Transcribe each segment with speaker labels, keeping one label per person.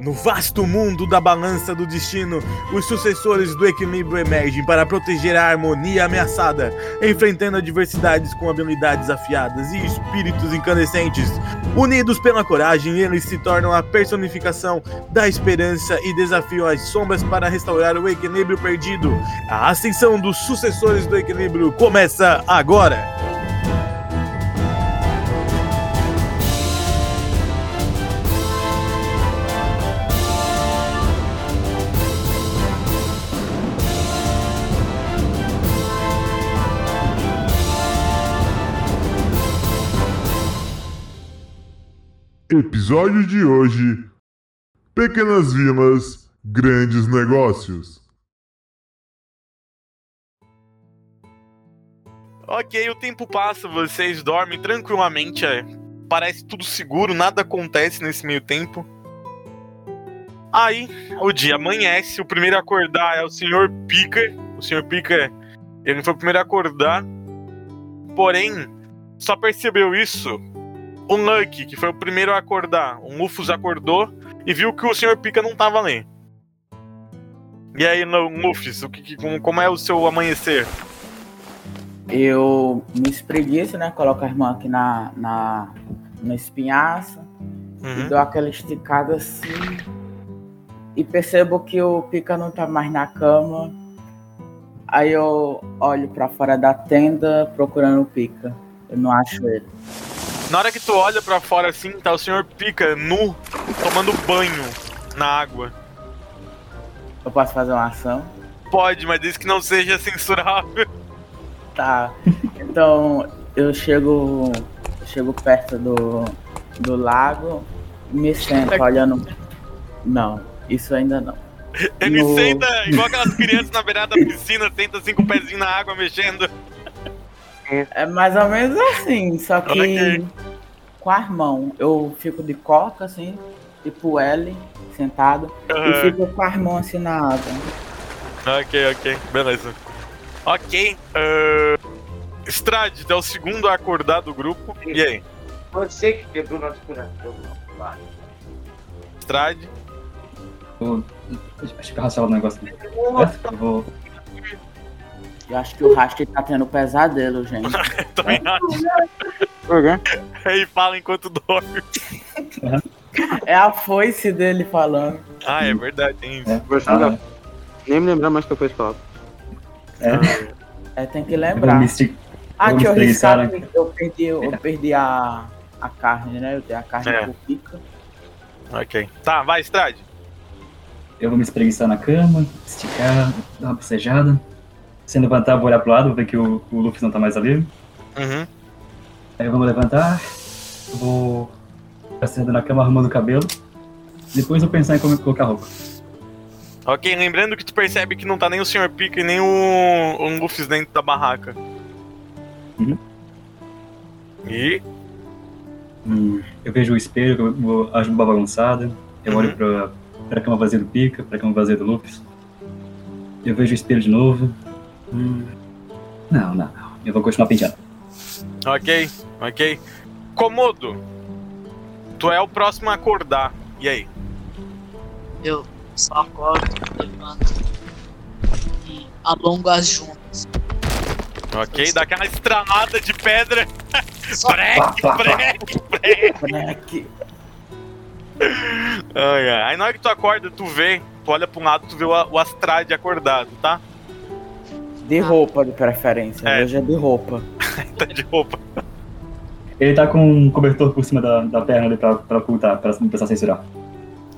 Speaker 1: No vasto mundo da balança do destino, os sucessores do equilíbrio emergem para proteger a harmonia ameaçada, enfrentando adversidades com habilidades afiadas e espíritos incandescentes. Unidos pela coragem, eles se tornam a personificação da esperança e desafiam as sombras para restaurar o equilíbrio perdido. A ascensão dos sucessores do equilíbrio começa agora!
Speaker 2: Episódio de hoje: Pequenas Vimas, Grandes Negócios.
Speaker 1: Ok, o tempo passa, vocês dormem tranquilamente, é. parece tudo seguro, nada acontece nesse meio tempo. Aí, o dia amanhece, o primeiro a acordar é o Sr. Pica. O Sr. Pica, ele não foi o primeiro a acordar, porém, só percebeu isso o Lucky, que foi o primeiro a acordar, o Mufus acordou e viu que o Sr. Pica não tava ali. E aí, no- Mufus, o que, que- como, como é o seu amanhecer?
Speaker 3: Eu me espreguiço, né? Coloco a irmã aqui na, na, na espinhaça
Speaker 1: Uhum.
Speaker 3: e dou aquela esticada assim. E percebo que o Pica não tá mais na cama. Aí eu olho pra fora da tenda procurando o Pica. Eu não acho ele.
Speaker 1: Na hora que tu olha pra fora assim, tá o Sr. Pica nu, tomando banho na água.
Speaker 3: Eu posso fazer uma ação?
Speaker 1: Pode, mas desde que não seja censurável.
Speaker 3: Tá. Então eu chego. Chego perto do, do lago, me sento olhando. Não, isso ainda não.
Speaker 1: Ele
Speaker 3: No-
Speaker 1: senta igual aquelas crianças na beirada da piscina, senta assim com o pezinho na água mexendo.
Speaker 3: É mais ou menos assim, só que
Speaker 1: Ok.
Speaker 3: com as mãos. Eu fico de coca, assim, tipo L, sentado, e fico com as mãos assim na água.
Speaker 1: Ok, ok, beleza. Ok, uh... Strade, tu é o segundo a acordar do grupo. E aí,
Speaker 4: Você que quebrou nosso coração. Lá.
Speaker 1: Strade?
Speaker 5: Acho que eu racional o negócio aqui. Eu vou.
Speaker 3: Eu acho que o Rasta tá tendo pesadelo, gente.
Speaker 1: Também acho. Aí fala enquanto dorme.
Speaker 3: É a foice dele falando.
Speaker 1: Ah, é verdade, hein?
Speaker 6: né,
Speaker 4: Gostando Nem me lembrar mais que eu fui falar.
Speaker 3: É, tem que
Speaker 5: eu vou
Speaker 3: lembrar.
Speaker 5: me estic-
Speaker 3: Ah,
Speaker 5: vou
Speaker 3: que
Speaker 5: me
Speaker 3: eu
Speaker 5: espreguiçar,
Speaker 3: riscado, eu perdi, eu perdi a, a carne, né? Eu dei a carne
Speaker 1: É.
Speaker 3: por pica.
Speaker 1: Ok. Tá, vai, Strade.
Speaker 5: Eu vou me espreguiçar na cama, esticar, dar uma passejada. Se levantar, vou olhar pro lado, vou ver que o, o Luffy não tá mais ali.
Speaker 1: Uhum.
Speaker 5: Aí vamos levantar, eu vou ficar sentado na cama arrumando o cabelo. Depois eu pensar em como eu colocar a roupa.
Speaker 1: Ok, lembrando que tu percebe que não tá nem o Sr. Pica e nem o, o Luffy dentro da barraca.
Speaker 5: Uhum.
Speaker 1: E.
Speaker 5: Hum, eu vejo o espelho, eu vou- acho uma bagunçada. Eu olho pra, pra cama vazia do Pica, pra cama vazia do Luffy. Eu vejo o espelho de novo. Hum, não, não, não. Eu vou continuar penteando.
Speaker 1: Ok, ok. Comodo. Tu é o próximo a acordar. E aí?
Speaker 7: Eu só acordo, levanto e alongo as juntas.
Speaker 1: Ok, dá aquela estralada de pedra.
Speaker 7: Só
Speaker 1: Breque, breque, breque.
Speaker 3: Moleque.
Speaker 1: Ai, ai. Aí na hora que tu acorda, tu vê, tu olha pra um lado, tu vê o, o Astrade acordado, tá?
Speaker 3: De roupa, de preferência.
Speaker 1: É.
Speaker 3: Hoje é de roupa.
Speaker 1: Tá de roupa.
Speaker 5: Ele tá com um cobertor por cima da, da perna ali pra, pra ocultar, pra não precisar censurar.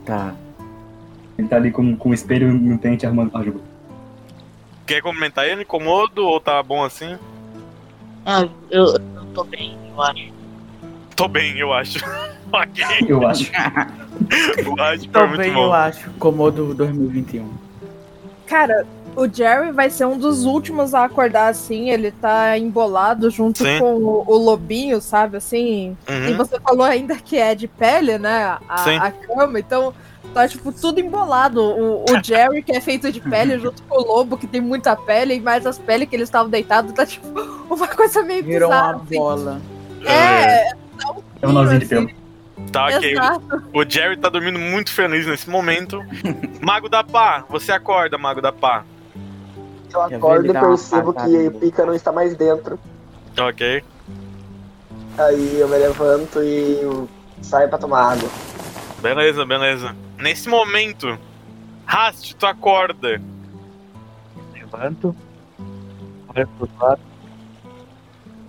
Speaker 3: Tá.
Speaker 1: É
Speaker 5: Ele tá ali com, com o espelho e um pente armando a juba.
Speaker 1: Quer comentar ele? Incomodo ou tá bom assim?
Speaker 7: Ah, eu, eu tô bem, eu acho.
Speaker 1: Tô bem, eu acho. ok,
Speaker 5: Eu acho.
Speaker 1: eu acho que foi muito
Speaker 3: Também eu
Speaker 1: bom.
Speaker 3: acho, Comodo 2021.
Speaker 8: Cara, o Jerry vai ser um dos últimos a acordar assim. Ele tá embolado junto
Speaker 1: Sim.
Speaker 8: com o, o lobinho, sabe? Assim. E
Speaker 1: Uhum.
Speaker 8: você falou ainda que é de pele, né?
Speaker 1: Sim.
Speaker 8: A, a cama. Então tá, tipo, tudo embolado. O, o Jerry, que é feito de pele, junto com o lobo, que tem muita pele, e mais as peles que eles estavam deitados. Tá, tipo, uma coisa meio
Speaker 3: Virou
Speaker 8: bizarra.
Speaker 3: uma
Speaker 8: assim.
Speaker 3: bola.
Speaker 8: É,
Speaker 5: É um nozinho de pelo.
Speaker 1: Tá, ok.
Speaker 8: Exato.
Speaker 1: O Jerry tá dormindo muito feliz nesse momento. Mago da Pá, você acorda, Mago da Pá.
Speaker 9: Eu
Speaker 3: vi
Speaker 9: acordo
Speaker 3: ele
Speaker 9: e
Speaker 3: dar uma
Speaker 9: percebo
Speaker 3: patada
Speaker 9: que
Speaker 3: no
Speaker 9: o Pica não está mais dentro.
Speaker 1: Ok.
Speaker 9: Aí eu me levanto e saio pra tomar água.
Speaker 1: Beleza, beleza. Nesse momento, Rast, tu acorda.
Speaker 6: Levanto, olho pro lado,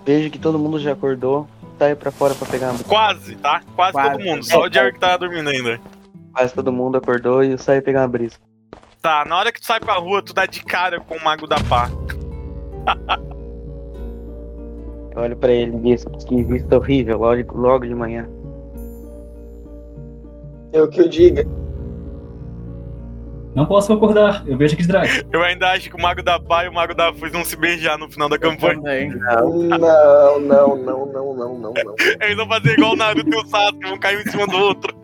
Speaker 6: vejo que todo mundo já acordou, saio pra fora pra pegar uma
Speaker 1: Quase, tá? Quase,
Speaker 3: Quase.
Speaker 1: todo mundo. Só o Jerry que tá dormindo ainda.
Speaker 6: Quase todo mundo acordou e eu saio pegar uma brisa.
Speaker 1: Tá, na hora que tu sai pra rua, tu dá de cara com o Mago da Pá.
Speaker 6: Eu olho pra ele e disse que vista é horrível, olho logo de manhã.
Speaker 9: Eu que eu diga.
Speaker 5: Não posso acordar, eu vejo que drag.
Speaker 1: Eu ainda acho que o Mago da Pá e o Mago da Fuz vão se beijar no final da campanha.
Speaker 3: Também.
Speaker 9: Não, não, não, não, não, não, não.
Speaker 1: Eles vão fazer igual o Naruto e o Sasuke, vão cair um em cima do outro.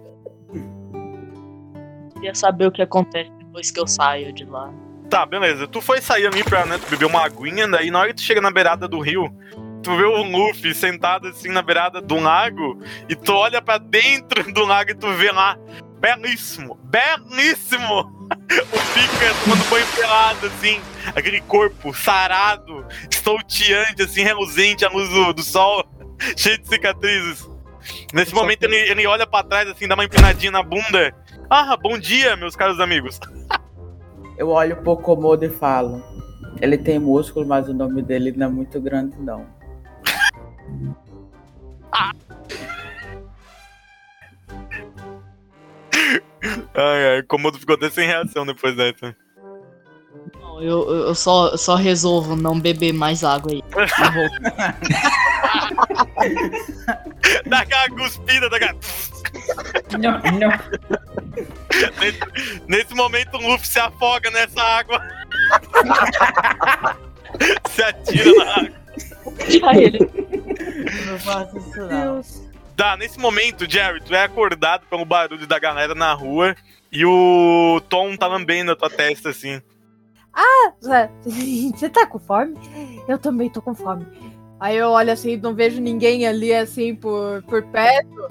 Speaker 7: Queria saber o que acontece depois que eu saio de lá.
Speaker 1: Tá, beleza. Tu foi sair ali pra né, tu beber uma aguinha, daí na hora que tu chega na beirada do rio, tu vê o Luffy sentado assim na beirada de um lago, e tu olha pra dentro do lago e tu vê lá. Belíssimo, belíssimo! O Pika tomando banho pelado, assim, aquele corpo sarado, estonteante, assim, reluzente à luz do, do sol, cheio de cicatrizes. Nesse
Speaker 6: Só
Speaker 1: momento ele, ele olha pra trás, assim, dá uma empinadinha na bunda. Ah, bom dia, meus caros amigos.
Speaker 3: Eu olho pro Komodo e falo. Ele tem músculo, mas o nome dele não é muito grande, não.
Speaker 1: Ai, ai, o Komodo ficou até sem reação depois dessa.
Speaker 7: Não, eu, eu eu só, eu só resolvo não beber mais água aí. Eu vou.
Speaker 1: Dá aquela cuspida, dá aquela...
Speaker 5: Não, não.
Speaker 1: Nesse momento, o Luffy se afoga nessa água. se atira na água.
Speaker 7: Aí ele
Speaker 3: Não faço isso,
Speaker 8: Deus.
Speaker 1: Tá, nesse momento, Jerry, tu é acordado pelo barulho da galera na rua. E o Tom tá lambendo a tua testa, assim.
Speaker 8: Zé, Você tá com fome? Eu também tô com fome. Aí eu olho assim, não vejo ninguém ali assim por, por perto.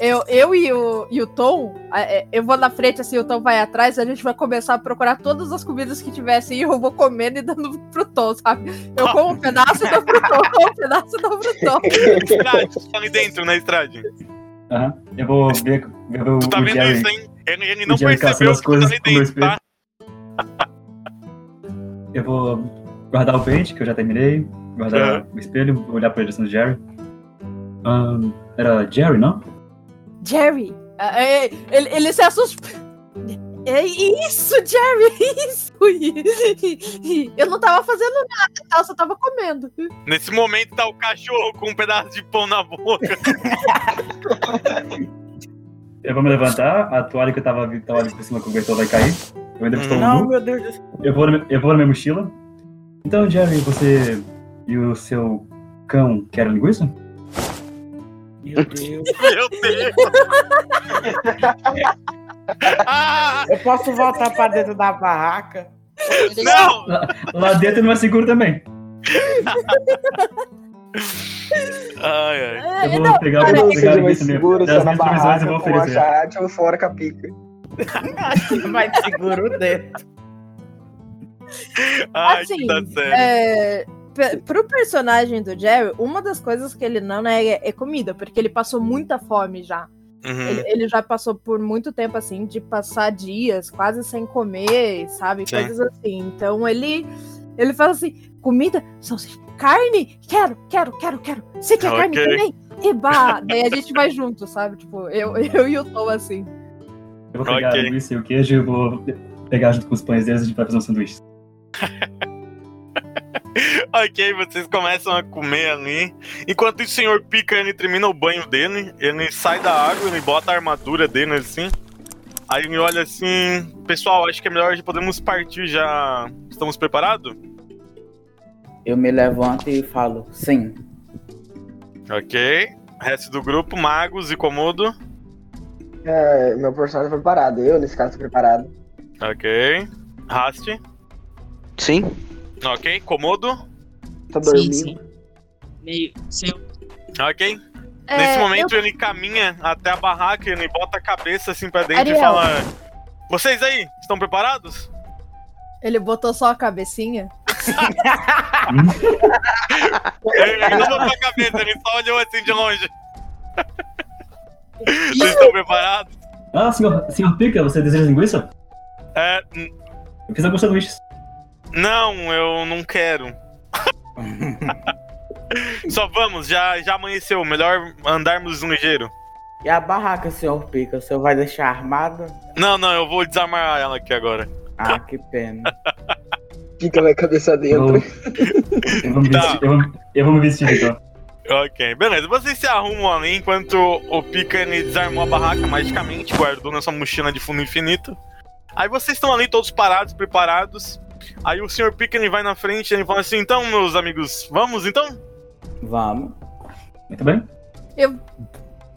Speaker 8: Eu, eu e, o, e o Tom, a- é, eu vou na frente assim, o Tom vai atrás, a gente vai começar a procurar todas as comidas que tivessem e eu vou comendo e dando pro Tom, sabe? Eu como um pedaço e dou pro Tom, como um pedaço e dou pro Tom.
Speaker 1: Estrade, tá ali dentro, né, Estrade?
Speaker 5: Aham. Eu vou ver, eu vou
Speaker 1: Tu tá
Speaker 5: o
Speaker 1: vendo
Speaker 5: Jerry.
Speaker 1: isso, hein? Ele, ele não
Speaker 5: o Jerry caçando
Speaker 1: percebeu
Speaker 5: as
Speaker 1: que tu tá
Speaker 5: coisas
Speaker 1: ali
Speaker 5: com o meu
Speaker 1: dentro, tá?
Speaker 5: Eu vou guardar o pente, que eu já terminei. Guardar o espelho, vou olhar pra direção do Jerry. Ahn, era Jerry, não?
Speaker 8: Jerry! Ah, é, ele, ele se assustou. É isso, Jerry! é Isso! Eu não tava fazendo nada, tá? Eu só tava comendo.
Speaker 1: Nesse momento, tá o cachorro com um pedaço de pão na boca.
Speaker 5: Eu vou me levantar, a toalha que eu tava, tava ali por cima do cobertor vai cair. Eu ainda estou
Speaker 3: Não,
Speaker 5: nu.
Speaker 3: meu Deus do céu.
Speaker 5: Eu vou, na, minha- eu vou na minha mochila. Então, Jerry, você e o seu cão querem linguiça?
Speaker 3: Meu Deus.
Speaker 1: Meu Deus! ah,
Speaker 3: Eu posso voltar pra dentro da barraca?
Speaker 7: tá
Speaker 1: não!
Speaker 5: Lá dentro não é seguro também.
Speaker 1: Ai, ai.
Speaker 8: É,
Speaker 5: Eu
Speaker 8: não,
Speaker 5: vou pegar,
Speaker 9: Eu
Speaker 5: vou
Speaker 9: não
Speaker 5: pegar a
Speaker 9: seja mais
Speaker 5: linguiça
Speaker 9: seguro
Speaker 5: mesmo.
Speaker 9: se é
Speaker 5: Das
Speaker 9: na
Speaker 5: minhas
Speaker 9: barraca
Speaker 5: provisões eu vou
Speaker 9: com a
Speaker 5: oferecer.
Speaker 9: chate ou fora com a pica.
Speaker 3: Vai segura o dedo.
Speaker 1: Ai,
Speaker 8: Assim,
Speaker 1: que tá sério.
Speaker 8: é, pe- pro personagem do Jerry, uma das coisas que ele não é, é comida, porque ele passou muita fome já.
Speaker 1: Uhum.
Speaker 8: Ele, ele já passou por muito tempo assim de passar dias quase sem comer, sabe?
Speaker 1: Sim.
Speaker 8: Coisas assim. Então ele ele fala assim: comida, salsicha, carne, quero, quero, quero, quero. Você quer
Speaker 1: Ah, Ok.
Speaker 8: carne também? Eba! Daí a gente vai junto, sabe? Tipo, eu, eu e o Tom assim.
Speaker 5: Eu vou pegar
Speaker 1: Ok.
Speaker 5: a linguiça e o queijo e eu vou pegar junto com os pães deles e a gente vai fazer um sanduíche.
Speaker 1: Ok, vocês começam a comer ali. Enquanto isso, o senhor Pica, ele termina o banho dele, ele sai da água, ele bota a armadura dele assim. Aí ele olha assim, pessoal, acho que é melhor já podemos partir já. Estamos preparados?
Speaker 3: Eu me levanto e falo, sim.
Speaker 1: Ok. Resto do grupo, magos e comodo.
Speaker 9: É, meu personagem foi preparado. Eu, nesse caso, tô preparado.
Speaker 1: Ok. Raste.
Speaker 6: Sim?
Speaker 1: Ok. Comodo.
Speaker 9: Tô
Speaker 1: Tá
Speaker 6: Tá
Speaker 7: Sim,
Speaker 9: dormindo.
Speaker 7: sim. Meio. Seu...
Speaker 1: Ok.
Speaker 8: É,
Speaker 1: Nesse momento
Speaker 8: eu-
Speaker 1: ele caminha até a barraca, ele bota a cabeça assim pra dentro e
Speaker 8: Ariel.
Speaker 1: fala: Vocês aí, estão preparados?
Speaker 8: Ele botou só a cabecinha.
Speaker 1: Ele não botou a cabeça, ele só olhou assim de longe. Vocês estão preparados?
Speaker 5: Ah, senhor, senhor Pica, você deseja linguiça?
Speaker 1: É, n-
Speaker 5: Eu fiz alguns sanduíches.
Speaker 1: não, eu não quero. Só vamos, já, já amanheceu. Melhor andarmos ligeiro.
Speaker 3: E a barraca, senhor Pica, o senhor vai deixar armada?
Speaker 1: Não, não, eu vou desarmar ela aqui agora.
Speaker 3: Ah, que pena.
Speaker 9: Pica vai cabeça
Speaker 5: Eu,
Speaker 9: dentro.
Speaker 5: eu, vou me
Speaker 1: Tá.
Speaker 5: vestir, eu, vou, eu vou me vestir então.
Speaker 1: Ok, beleza. Vocês se arrumam ali enquanto o Pika ele desarmou a barraca magicamente, guardou nessa mochila de fundo infinito. Aí vocês estão ali todos parados, preparados. Aí o Sr. Pika ele vai na frente e ele fala assim: então, meus amigos, vamos então?
Speaker 3: Vamos.
Speaker 5: Muito bem?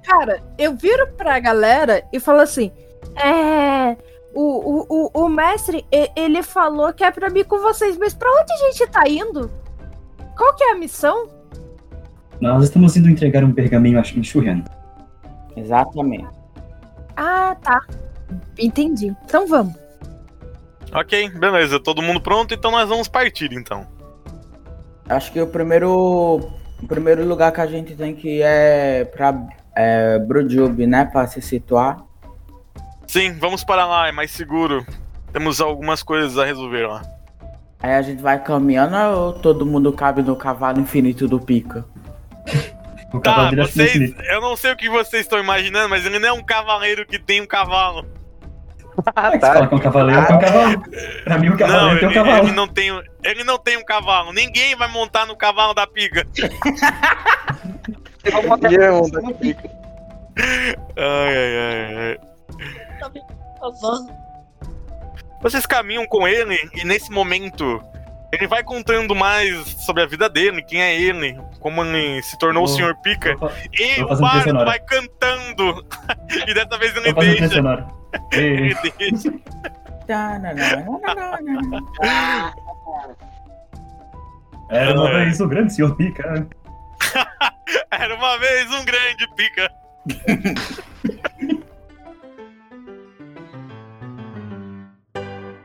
Speaker 8: Cara, eu viro pra galera e falo assim: É. O, o, o, o mestre, e- ele falou que é pra mim com vocês, mas pra onde a gente tá indo? Qual que é a missão?
Speaker 5: Nós estamos indo entregar um pergaminho a Shurian.
Speaker 3: Exatamente.
Speaker 8: Ah, tá. Entendi. Então vamos.
Speaker 1: Ok, beleza, todo mundo pronto, então nós vamos partir então.
Speaker 3: Acho que o primeiro, o primeiro lugar que a gente tem que ir é pra é, Brujube, né? Pra se situar.
Speaker 1: Sim, vamos para lá, é mais seguro. Temos algumas coisas a resolver lá.
Speaker 3: Aí a gente vai caminhando ou todo mundo cabe no cavalo infinito do Pica?
Speaker 5: O
Speaker 1: Tá,
Speaker 5: cavalo dele é
Speaker 1: vocês.
Speaker 5: infinito.
Speaker 1: Eu não sei o que vocês estão imaginando, mas ele não é um cavaleiro que tem um cavalo.
Speaker 5: Ah, tá. Fala que é um cavaleiro, é um cavalo. Pra mim, o
Speaker 1: Não,
Speaker 5: cavaleiro
Speaker 1: ele,
Speaker 5: tem um cavalo.
Speaker 1: ele não tem, ele não tem um cavalo. Ninguém vai montar no cavalo da pica.
Speaker 6: é
Speaker 1: Ai, ai, ai, ai. Vocês caminham com ele e nesse momento ele vai contando mais sobre a vida dele, quem é ele, como ele se tornou o
Speaker 5: Vou-
Speaker 1: Sr. Pica.
Speaker 5: Tô fa-
Speaker 1: E
Speaker 5: vou
Speaker 1: o
Speaker 5: fazer um
Speaker 1: bardo
Speaker 5: personagem.
Speaker 1: vai cantando. e dessa vez ele
Speaker 5: tô fazendo
Speaker 1: deixa.
Speaker 5: impressionar. Ei,
Speaker 1: Ele
Speaker 5: ei.
Speaker 1: deixa.
Speaker 3: Tá, não, não, não, não, não, não.
Speaker 5: Era uma vez o grande senhor Pica.
Speaker 1: Era uma vez um grande pica.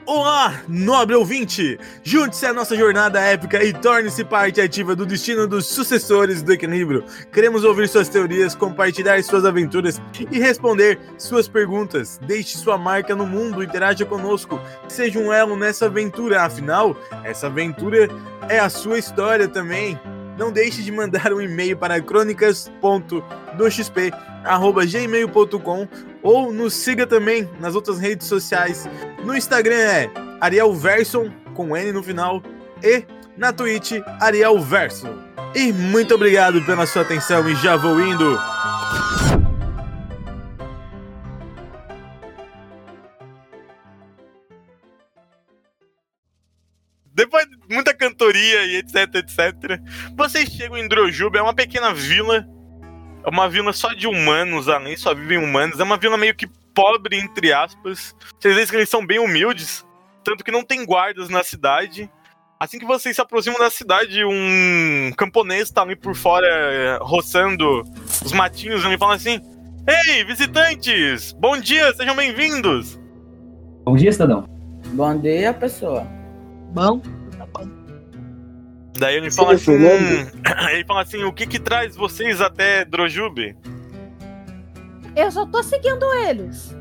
Speaker 10: Olá, nobre ouvinte! Junte-se à nossa jornada épica e torne-se parte ativa do destino dos sucessores do equilíbrio. Queremos ouvir suas teorias, compartilhar suas aventuras e responder suas perguntas. Deixe sua marca no mundo, interaja conosco, seja um elo nessa aventura. Afinal, essa aventura é a sua história também. Não deixe de mandar um e-mail para crônicas.doxp.gmail.com ou nos siga também nas outras redes sociais no Instagram é Ariel Verson, com N no final. E na Twitch, Ariel Verson. E muito obrigado pela sua atenção e já vou indo.
Speaker 1: Depois de muita cantoria e etc, etc, vocês chegam em Drojuba, é uma pequena vila. É uma vila só de humanos além, só vivem humanos. É uma vila meio que pobre, entre aspas. Vocês veem que eles são bem humildes, tanto que não tem guardas na cidade. Assim que vocês se aproximam da cidade, um camponês tá ali por fora, eh, roçando os matinhos, e ele fala assim: Ei, visitantes! Bom dia, sejam bem-vindos!
Speaker 5: Bom dia, cidadão.
Speaker 3: Bom dia, pessoa.
Speaker 7: Bom,
Speaker 1: Daí ele
Speaker 9: Sim,
Speaker 1: fala assim.
Speaker 9: Fernando.
Speaker 1: Ele fala assim, o que que traz vocês até Drojube?
Speaker 8: Eu só tô seguindo eles.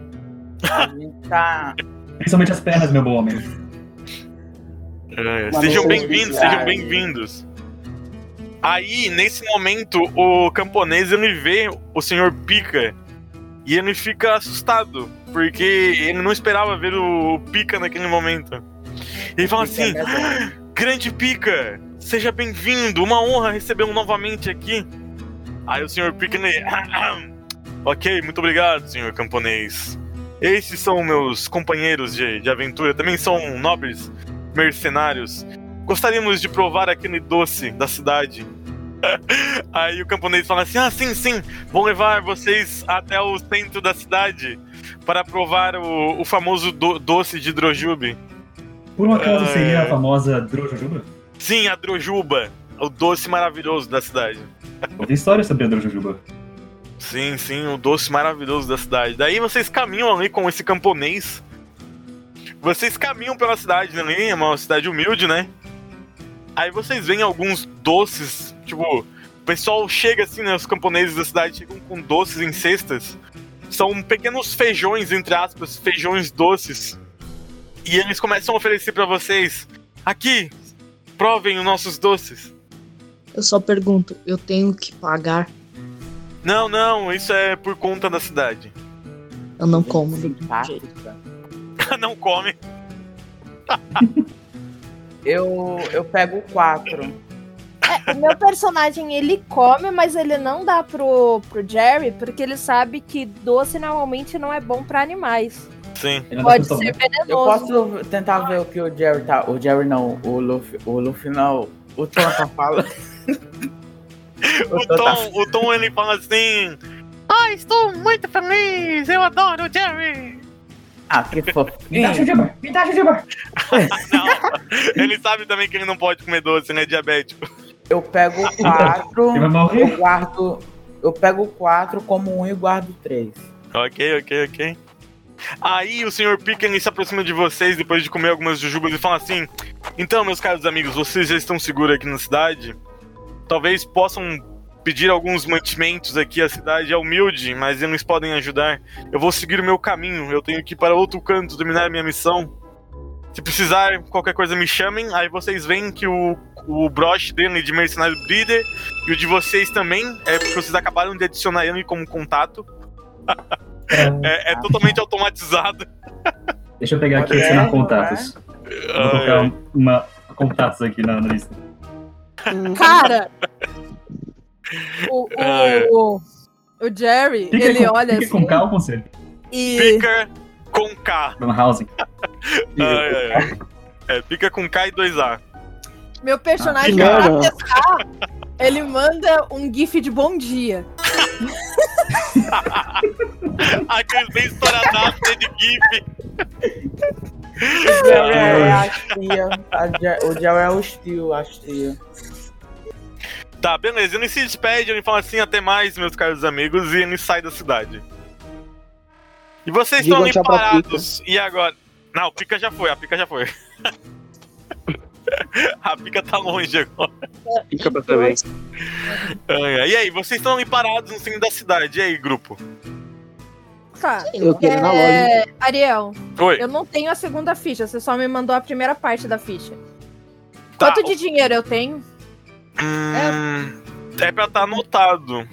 Speaker 3: A gente tá.
Speaker 5: Principalmente as pernas, meu bom homem.
Speaker 9: Uma
Speaker 1: É, sejam
Speaker 9: noite de
Speaker 1: bem-vindos, sejam
Speaker 9: viagem.
Speaker 1: bem-vindos. Aí, nesse momento, o camponês ele vê o senhor Pica e ele fica assustado, porque ele não esperava ver o Pica naquele momento. Ele fala assim: Grande Pica, seja bem-vindo. Uma honra recebê-lo novamente aqui. Aí o senhor Pica, ele... Ok, muito obrigado, senhor camponês. Esses são meus companheiros de, de aventura, também são nobres mercenários. Gostaríamos de provar aquele doce da cidade. Aí o camponês fala assim: Ah, sim, sim, vou levar vocês até o centro da cidade para provar o, o famoso do- doce de Drojube.
Speaker 5: Por um acaso
Speaker 1: Ah,
Speaker 5: seria
Speaker 1: é.
Speaker 5: a famosa Drojujuba?
Speaker 1: Sim, a Drojuba, o doce maravilhoso da cidade.
Speaker 5: Eu tenho história sobre a Drojujuba.
Speaker 1: Sim, sim, o doce maravilhoso da cidade. Daí vocês caminham ali com esse camponês. Vocês caminham pela cidade ali, é uma cidade humilde, né? Aí vocês veem alguns doces, tipo, o pessoal chega assim, né? Os camponeses da cidade chegam com doces em cestas. São pequenos feijões, entre aspas, feijões doces. E eles começam a oferecer pra vocês: aqui, provem os nossos doces.
Speaker 7: Eu só pergunto, eu tenho que pagar?
Speaker 1: Não, não, isso é por conta da cidade.
Speaker 7: Eu não como.
Speaker 1: não come.
Speaker 3: Eu, eu pego o 4.
Speaker 11: É, o meu personagem, ele come, mas ele não dá pro, pro Jerry, porque ele sabe que doce normalmente não é bom pra animais.
Speaker 1: Sim.
Speaker 5: tá
Speaker 11: Pode ser venenoso.
Speaker 3: Eu posso tentar ver o que o Jerry tá. O Jerry não, o Luffy, o Luffy não. O Tom tá falando.
Speaker 1: O Tom, tá o Tom ele fala assim: Ah, estou muito feliz, eu adoro o Jerry.
Speaker 3: Ah, que fofo.
Speaker 8: Me dá Jujuba!
Speaker 1: Ele sabe também que ele não pode comer doce, né? Diabético.
Speaker 3: Eu pego o 4, eu guardo. Eu pego o 4 como 1 um e guardo 3.
Speaker 1: Ok, ok, ok. Aí o senhor Pickens se aproxima de vocês depois de comer algumas jujubas e fala assim: Então, meus caros amigos, vocês já estão seguros aqui na cidade? Talvez possam pedir alguns mantimentos aqui. A cidade é humilde, mas eles podem ajudar. Eu vou seguir o meu caminho. Eu tenho que ir para outro canto terminar a minha missão. Se precisar, qualquer coisa me chamem. Aí vocês veem que o, o broche dele de mercenário Breeder e o de vocês também, é porque vocês acabaram de adicionar ele como contato. é, é totalmente automatizado.
Speaker 5: Deixa eu pegar aqui e assinar contatos.
Speaker 6: É
Speaker 5: Vou colocar um- uma contatos aqui na, na lista.
Speaker 8: Cara! O,
Speaker 1: É.
Speaker 8: o, o, o Jerry,
Speaker 5: Fica
Speaker 8: ele
Speaker 5: com,
Speaker 8: olha
Speaker 5: fica com
Speaker 8: assim
Speaker 5: K ou com C?
Speaker 8: e.
Speaker 1: Picker com K.
Speaker 5: Van Housing.
Speaker 1: Ai, ai, ai. É, pica com K e 2A.
Speaker 8: Meu personagem,
Speaker 1: Ah,
Speaker 8: pra
Speaker 1: não.
Speaker 8: testar, ele manda um gif de bom dia.
Speaker 1: Aqueles bem estouradaço de GIF.
Speaker 3: O Jerry é a tia. a Jer- o Jerry é hostil, a tia.
Speaker 1: Tá, beleza. Ele se despede, ele fala assim, até mais, meus caros amigos, e ele sai da cidade. E vocês
Speaker 6: Diga
Speaker 1: estão
Speaker 6: um
Speaker 1: ali
Speaker 6: tchau pra
Speaker 1: parados. E agora? Não, a pica já foi, a pica já foi. a pica tá longe agora.
Speaker 4: Fica pra também.
Speaker 1: Ai, ai. E aí, vocês estão ali parados no centro da cidade. E aí, grupo?
Speaker 8: Tá.
Speaker 1: Eu quero ir na
Speaker 8: É, Ariel,
Speaker 1: Oi.
Speaker 8: eu não tenho a segunda ficha, você só me mandou a primeira parte da ficha.
Speaker 1: Tá.
Speaker 8: Quanto de dinheiro eu tenho?
Speaker 1: Hum, é pra estar anotado.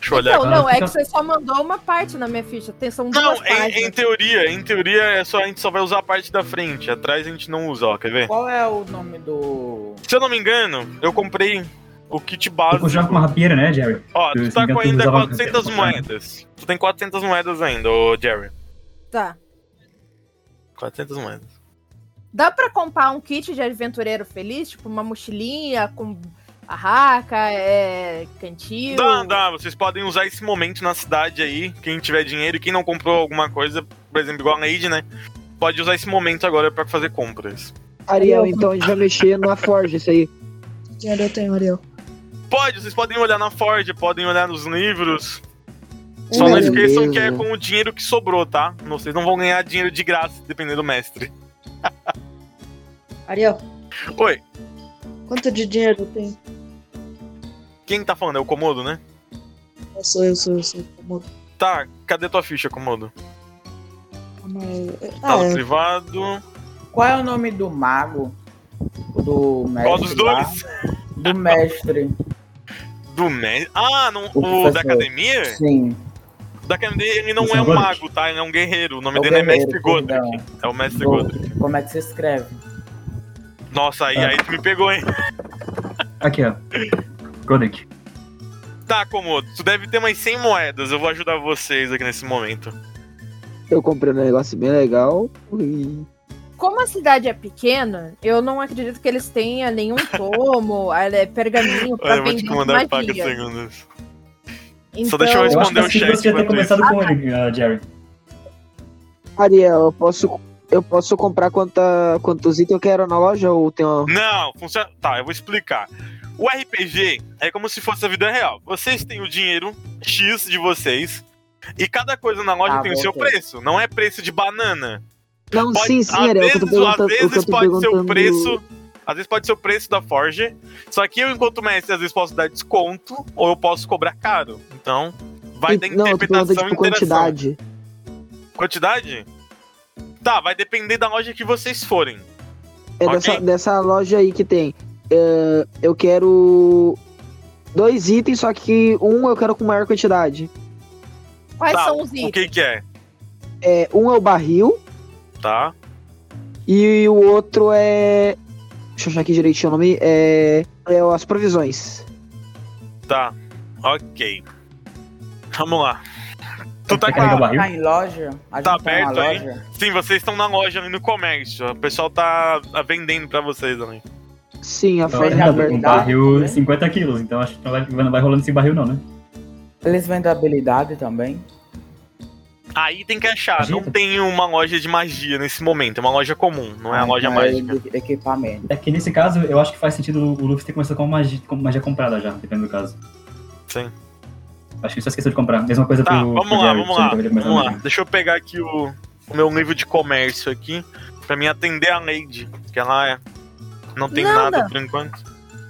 Speaker 1: Deixa eu olhar
Speaker 8: Não,
Speaker 1: aqui.
Speaker 5: Ah,
Speaker 8: não, é que você só mandou uma parte na minha ficha. Tem, são Então, duas
Speaker 1: Não, é,
Speaker 8: partes.
Speaker 1: em, em teoria, em teoria é só, a gente só vai usar a parte da frente. Atrás a gente não usa, ó, quer ver?
Speaker 3: Qual é o nome do.
Speaker 1: Se eu não me engano, eu comprei o kit básico.
Speaker 5: Já com uma rapieira, né, Jerry?
Speaker 1: Ó, tu
Speaker 5: Eu, se
Speaker 1: tá
Speaker 5: não me engano,
Speaker 1: com
Speaker 5: tu
Speaker 1: ainda
Speaker 5: usava
Speaker 1: 400
Speaker 5: rapieira.
Speaker 1: moedas. Tu tem 400 moedas ainda, ô Jerry.
Speaker 8: Tá.
Speaker 1: 400 moedas.
Speaker 8: Dá pra comprar um kit de aventureiro feliz? Tipo, uma mochilinha com barraca, é, cantil?
Speaker 1: Dá, dá, vocês podem usar esse momento na cidade aí. Quem tiver dinheiro e quem não comprou alguma coisa, por exemplo, igual a Neide, né? Pode usar esse momento agora pra fazer compras.
Speaker 6: Ariel, então a gente vai mexer na Forge, isso aí.
Speaker 7: Dinheiro eu tenho, Ariel.
Speaker 1: Pode, vocês podem olhar na Ford, podem olhar nos livros. Só não
Speaker 7: Beleza.
Speaker 1: esqueçam que é com o dinheiro que sobrou, tá? Não- Vocês não vão ganhar dinheiro de graça, dependendo do mestre.
Speaker 7: Ariel,
Speaker 1: Oi,
Speaker 7: quanto de dinheiro eu tenho?
Speaker 1: quem tá falando? É o Comodo, né?
Speaker 7: Eu sou, eu sou, eu sou. Como...
Speaker 1: Tá, cadê tua ficha, Comodo?
Speaker 7: como é-
Speaker 1: Tá
Speaker 7: Ah,
Speaker 1: no
Speaker 7: é.
Speaker 1: privado.
Speaker 3: Qual é o nome do mago? Do mestre.
Speaker 1: Qual dos
Speaker 3: lá?
Speaker 1: dois?
Speaker 3: Do mestre.
Speaker 1: Do mestre. Ah, não, o,
Speaker 3: professor.
Speaker 1: da academia?
Speaker 3: Sim.
Speaker 1: Da academia ele não
Speaker 3: Esse
Speaker 1: é
Speaker 3: é
Speaker 1: um
Speaker 3: o Godric?
Speaker 1: mago, tá? Ele é um guerreiro. O nome
Speaker 3: É o
Speaker 1: dele é
Speaker 3: guerreiro,
Speaker 1: Mestre Godric.
Speaker 3: perdão.
Speaker 1: É o Mestre
Speaker 3: Do-
Speaker 1: Godric.
Speaker 3: Como é que se escreve?
Speaker 1: Nossa, aí, aí tu me pegou, hein?
Speaker 5: Aqui, ó. Godric.
Speaker 1: Tá, Comodo, tu deve ter mais 100 moedas. Eu vou ajudar vocês aqui nesse momento.
Speaker 6: Eu comprei um negócio bem legal e.
Speaker 8: Como a cidade é pequena, eu não acredito que eles tenham nenhum tomo, é, pergaminho pra
Speaker 1: Olha, eu vou
Speaker 8: vender
Speaker 1: te
Speaker 8: de
Speaker 1: mandar paga
Speaker 8: magia.
Speaker 1: segundos.
Speaker 8: Então,
Speaker 1: deixa eu
Speaker 5: acho que
Speaker 1: responder o
Speaker 5: assim
Speaker 1: chat
Speaker 5: você ia ter
Speaker 1: enquanto
Speaker 5: começado
Speaker 1: isso.
Speaker 5: com ele, ah, Jerry.
Speaker 6: Ariel, eu posso. Eu posso comprar quanta, quantos itens eu quero na loja ou tem uma.
Speaker 1: Não, funciona. Tá, eu vou explicar. O RPG é como se fosse a vida real. Vocês têm o dinheiro X de vocês. E cada coisa na loja
Speaker 12: Tá,
Speaker 1: tem o seu
Speaker 12: voltei.
Speaker 1: preço. Não é preço de banana.
Speaker 12: Não,
Speaker 1: Pode-
Speaker 12: sim,
Speaker 1: às
Speaker 12: sim, era o que eu tô
Speaker 1: vezes-
Speaker 12: perguntando.
Speaker 1: Às
Speaker 12: o que eu
Speaker 1: vezes
Speaker 12: tô
Speaker 1: pode ser o
Speaker 12: perguntando-
Speaker 1: preço. Às vezes pode ser o preço da Forge. Só que eu, enquanto mestre, às vezes posso dar desconto ou eu posso cobrar caro. Então, vai da
Speaker 12: Ent- Não, eu tô perguntando,
Speaker 1: interpretação e
Speaker 12: tipo,
Speaker 1: interação.
Speaker 12: quantidade.
Speaker 1: Quantidade? Tá, vai depender da loja que vocês forem.
Speaker 12: É
Speaker 1: Ok.
Speaker 12: dessa, dessa loja aí que tem. é, eu quero dois itens, só que um eu quero com maior quantidade.
Speaker 8: Quais
Speaker 1: Tá,
Speaker 8: são os
Speaker 1: O
Speaker 8: itens?
Speaker 1: que que é?
Speaker 12: É, um é o barril
Speaker 1: Tá.
Speaker 12: e o outro é. Deixa eu achar aqui direitinho o nome. É, é as provisões.
Speaker 1: Tá. Ok. Vamos lá. Tu tá
Speaker 3: Tá,
Speaker 1: com a-
Speaker 3: tá em loja? A gente
Speaker 1: Tá
Speaker 3: na
Speaker 1: aberto aí?
Speaker 3: loja?
Speaker 1: Sim, vocês estão na loja ali no comércio. O pessoal tá tá vendendo pra vocês né? ali.
Speaker 12: Sim, a
Speaker 5: Então,
Speaker 12: Forge
Speaker 5: é
Speaker 12: tá
Speaker 5: um
Speaker 12: aberta.
Speaker 5: barril 50 quilos, então acho que não vai, não vai rolando esse barril não, né?
Speaker 3: Eles vendem habilidade também?
Speaker 1: Aí tem que achar. Não tem uma loja de magia nesse momento. É uma loja comum, não é a loja mágica.
Speaker 3: Equipamento.
Speaker 5: É que nesse caso, eu acho que faz sentido o Luffy ter começado com uma magia, com magia comprada já, dependendo do caso.
Speaker 1: Sim.
Speaker 5: Acho que ele só esqueceu de comprar. Mesma coisa
Speaker 1: Tá,
Speaker 5: pro.
Speaker 1: vamos
Speaker 5: pro
Speaker 1: lá,
Speaker 5: Jerry,
Speaker 1: vamos
Speaker 5: só
Speaker 1: lá.
Speaker 5: que ele começou
Speaker 1: Vamos lá.
Speaker 5: a-
Speaker 1: Deixa eu pegar aqui o, o meu livro de comércio aqui. Pra mim atender a Lady. Que ela é- não tem
Speaker 8: Nada.
Speaker 1: nada por enquanto.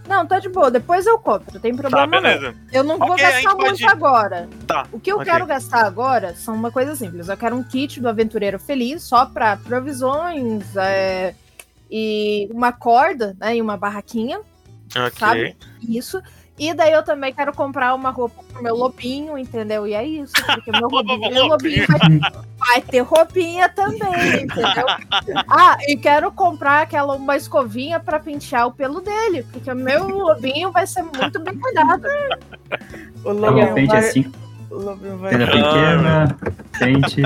Speaker 8: Não, tá de boa. Depois eu compro, não tem
Speaker 1: Tá,
Speaker 8: problema
Speaker 1: beleza.
Speaker 8: não. Eu não vou
Speaker 1: Ok, a gente
Speaker 8: gastar
Speaker 1: pode
Speaker 8: muito
Speaker 1: ir.
Speaker 8: agora.
Speaker 1: Tá.
Speaker 8: O que eu
Speaker 1: ok.
Speaker 8: quero gastar agora são uma coisa simples. Eu quero um kit do Aventureiro Feliz só pra provisões é, e uma corda, né, e uma barraquinha,
Speaker 1: Ok.
Speaker 8: sabe? Isso. E daí eu também quero comprar uma roupa pro meu lobinho, entendeu? E é isso, porque meu lobinho,
Speaker 1: um
Speaker 8: meu lobinho vai, vai ter roupinha também, entendeu? Ah, e quero comprar aquela uma escovinha pra pentear o pelo dele, porque o meu lobinho vai ser muito bem cuidado.
Speaker 3: O
Speaker 5: Então, pente é 5
Speaker 3: O Lobinho vai...
Speaker 5: Pedra pequena, pente,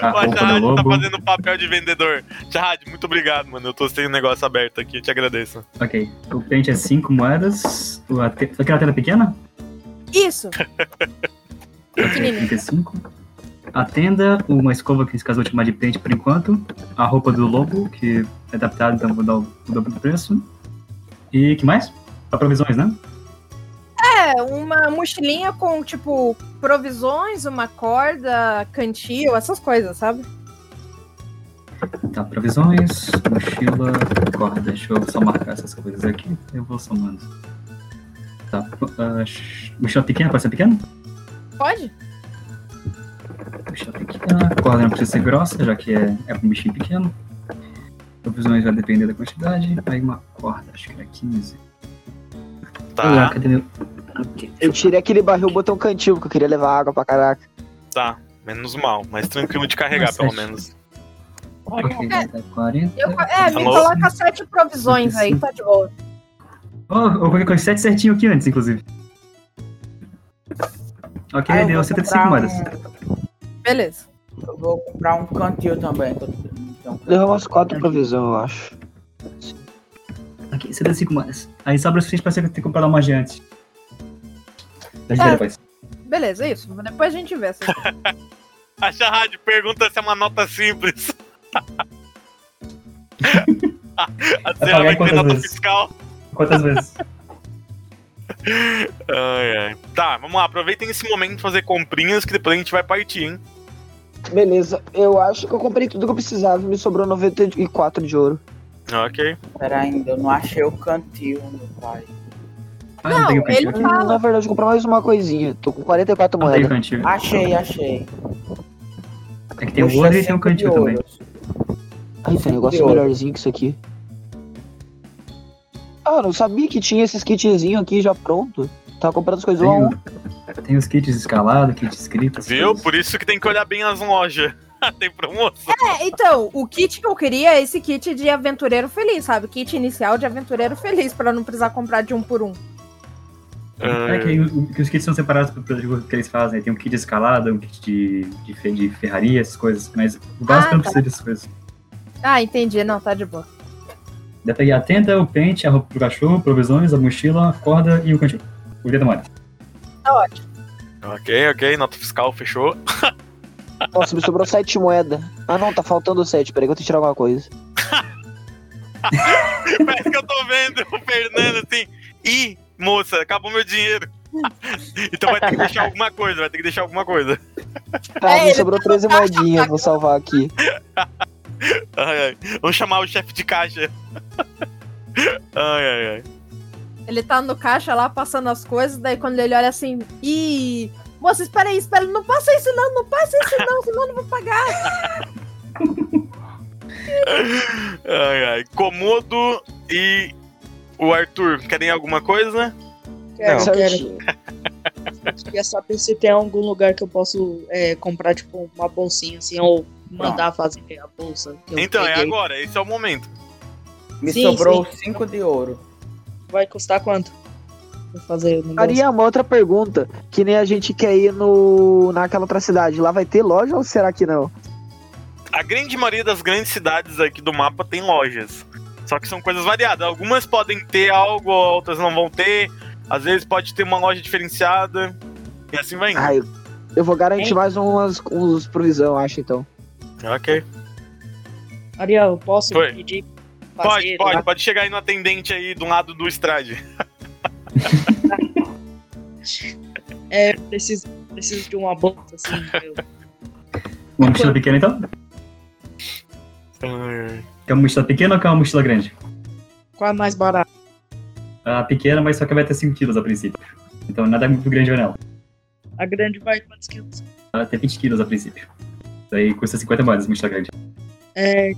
Speaker 5: a
Speaker 1: O
Speaker 5: roupa do
Speaker 1: Jahad Ah. tá
Speaker 5: lobo.
Speaker 1: fazendo papel de vendedor. Jahad, muito obrigado, mano. Eu tô sem o negócio aberto aqui, eu te agradeço.
Speaker 5: Ok. O pente é 5 moedas. o- a te- Aquela tela é pequena?
Speaker 8: Isso.
Speaker 5: Ok, 35. A tenda, uma escova que nesse caso eu vou chamar de pente por enquanto. A roupa do lobo, que é adaptada, então vou dar o o dobro do preço. E que mais? Pra provisões, né?
Speaker 8: É, uma mochilinha com, tipo, provisões, uma corda, cantil, essas coisas, sabe?
Speaker 5: Tá, provisões, mochila, corda. Deixa eu só marcar essas coisas aqui. Eu vou somando. Tá. ah, sh- mochila pequena, pode ser pequena?
Speaker 8: Pode?
Speaker 5: Mochila pequena. Corda não precisa ser grossa, já que é, é um bichinho pequeno. Provisões vai depender da quantidade. Aí uma corda, acho que era 15.
Speaker 1: Tá.
Speaker 5: cadê meu...
Speaker 12: Eu tirei aquele barril e botei um cantil, porque eu queria levar água pra caraca.
Speaker 1: Tá, menos mal, mas tranquilo de carregar,
Speaker 12: Nossa,
Speaker 1: pelo
Speaker 12: acho-
Speaker 1: menos.
Speaker 5: Ok, vai dar 40.
Speaker 8: Eu, é, me
Speaker 5: Alô?
Speaker 8: coloca sete provisões aí, tá de boa.
Speaker 5: Oh, eu coloquei com os 7 certinho aqui antes, inclusive. Ok,
Speaker 3: Ah, eu
Speaker 5: deu
Speaker 3: vou
Speaker 5: 75
Speaker 3: comprar um-
Speaker 5: moedas.
Speaker 8: Beleza.
Speaker 3: Eu vou comprar um cantil também. tô- Então,
Speaker 12: Levou umas quatro provisões, eu acho.
Speaker 5: Ok, 75 moedas. Aí sobra o suficiente pra você ter comprado uma magia antes. A gente vê
Speaker 8: É.
Speaker 5: depois.
Speaker 8: Beleza, é isso. Depois a gente vê. essas coisas.
Speaker 1: A Jahad pergunta se é uma nota simples. a Serra
Speaker 5: Vai pagar
Speaker 1: vai
Speaker 5: em
Speaker 1: ter
Speaker 5: quantas
Speaker 1: nota
Speaker 5: vezes?
Speaker 1: fiscal.
Speaker 5: Quantas vezes?
Speaker 1: Ai, ai. Tá, vamos lá, aproveitem esse momento pra fazer comprinhas que depois a gente vai partir, hein?
Speaker 12: Beleza, eu acho que eu comprei tudo que eu precisava, me sobrou 94 de ouro.
Speaker 1: Ok.
Speaker 3: Pera ainda, eu não achei o cantil, meu pai.
Speaker 5: Ah,
Speaker 3: não tem o cantil
Speaker 12: Hum,
Speaker 3: aqui?
Speaker 12: Na verdade, eu comprei mais uma coisinha. Tô com 44
Speaker 5: Não tem o
Speaker 12: moedas.
Speaker 3: Ah,
Speaker 5: cantil.
Speaker 3: Achei, achei.
Speaker 5: É que tem o ouro e tem o cantil também.
Speaker 12: Ai, tem um negócio
Speaker 5: ouro.
Speaker 12: melhorzinho que isso aqui. Ah, eu não sabia que tinha esses kitzinhos aqui já pronto. Tava comprando as coisas lá.
Speaker 5: Tem, um. o- tem os kits escalados, kits escritos.
Speaker 1: Viu? Por isso que tem que olhar bem as lojas. tem promoção.
Speaker 8: É, então, o kit que eu queria é esse kit de aventureiro feliz, sabe? Kit inicial de aventureiro feliz, pra não precisar comprar de um por um.
Speaker 5: É que, o- que os kits são separados pelo que eles fazem. Tem um kit de escalada, um kit de, de, fe- de ferraria, essas coisas. Mas o básico
Speaker 8: Ah,
Speaker 5: não
Speaker 8: tá.
Speaker 5: precisa dessas coisas.
Speaker 8: Ah, entendi. Não, tá de boa.
Speaker 5: Dá pra pegar a tenda, o pente, a roupa pro cachorro, provisões, a mochila, a corda e o cantil. O dedo mole.
Speaker 8: Tá ótimo.
Speaker 1: Ok, ok, nota fiscal, fechou.
Speaker 12: Nossa, me sobrou 7 moedas. Ah, não, tá faltando 7. Peraí, que eu tenho que tirar alguma coisa.
Speaker 1: Parece que eu tô vendo o Fernando assim. Ih, moça, acabou meu dinheiro. Então vai ter que deixar alguma coisa, vai ter que deixar alguma coisa.
Speaker 12: Tá,
Speaker 13: É,
Speaker 12: me sobrou 13 moedinhas, vou salvar aqui.
Speaker 1: Ai, ai. Vamos chamar o chefe de caixa. Ai, ai, ai.
Speaker 11: Ele tá no caixa lá passando as coisas, daí quando ele olha assim, ih, moça, espera aí, espera aí, não passa isso não, não passa isso não, senão eu não vou pagar.
Speaker 1: Ai, ai. Comodo e o Arthur, querem alguma coisa?
Speaker 13: Quero,
Speaker 1: Não.
Speaker 13: quero. assim, Queria saber se tem algum lugar que eu posso é, comprar, tipo, uma bolsinha assim, ou mandar fazer a bolsa. que eu
Speaker 1: Então, é
Speaker 13: peguei.
Speaker 1: agora, esse é o momento.
Speaker 3: Me
Speaker 13: Sim,
Speaker 3: sobrou
Speaker 13: sim.
Speaker 3: 5 de ouro.
Speaker 13: Vai custar quanto? Vou fazer o negócio.
Speaker 12: Faria uma outra pergunta, que nem a gente quer ir no, naquela outra cidade. Lá vai ter loja ou será que não?
Speaker 1: A grande maioria das grandes cidades aqui do mapa tem lojas. Só que são coisas variadas. Algumas podem ter algo, outras não vão ter. Às vezes pode ter uma loja diferenciada. E assim vai indo.
Speaker 12: Ah, eu, eu vou garantir
Speaker 13: Hein?
Speaker 12: mais umas, uns provisão, eu acho, então.
Speaker 1: Ok.
Speaker 13: Ariel, eu posso
Speaker 1: Foi.
Speaker 13: pedir?
Speaker 1: Pode,
Speaker 13: fazer né?
Speaker 1: pode,
Speaker 13: lá?
Speaker 1: pode chegar aí no atendente aí do lado do estrade.
Speaker 13: É, preciso, preciso de uma bolsa assim. eu-
Speaker 5: Uma mochila pequena então? Quer uma mochila pequena ou quer uma mochila grande?
Speaker 13: Qual é mais barata?
Speaker 5: A pequena, mas só que vai ter 5 quilos a princípio. Então nada muito grande vai nela.
Speaker 13: A grande vai quantos quilos?
Speaker 5: Ela tem 20 quilos a princípio. Daí custa 50 moedas, mochila grande.
Speaker 13: É,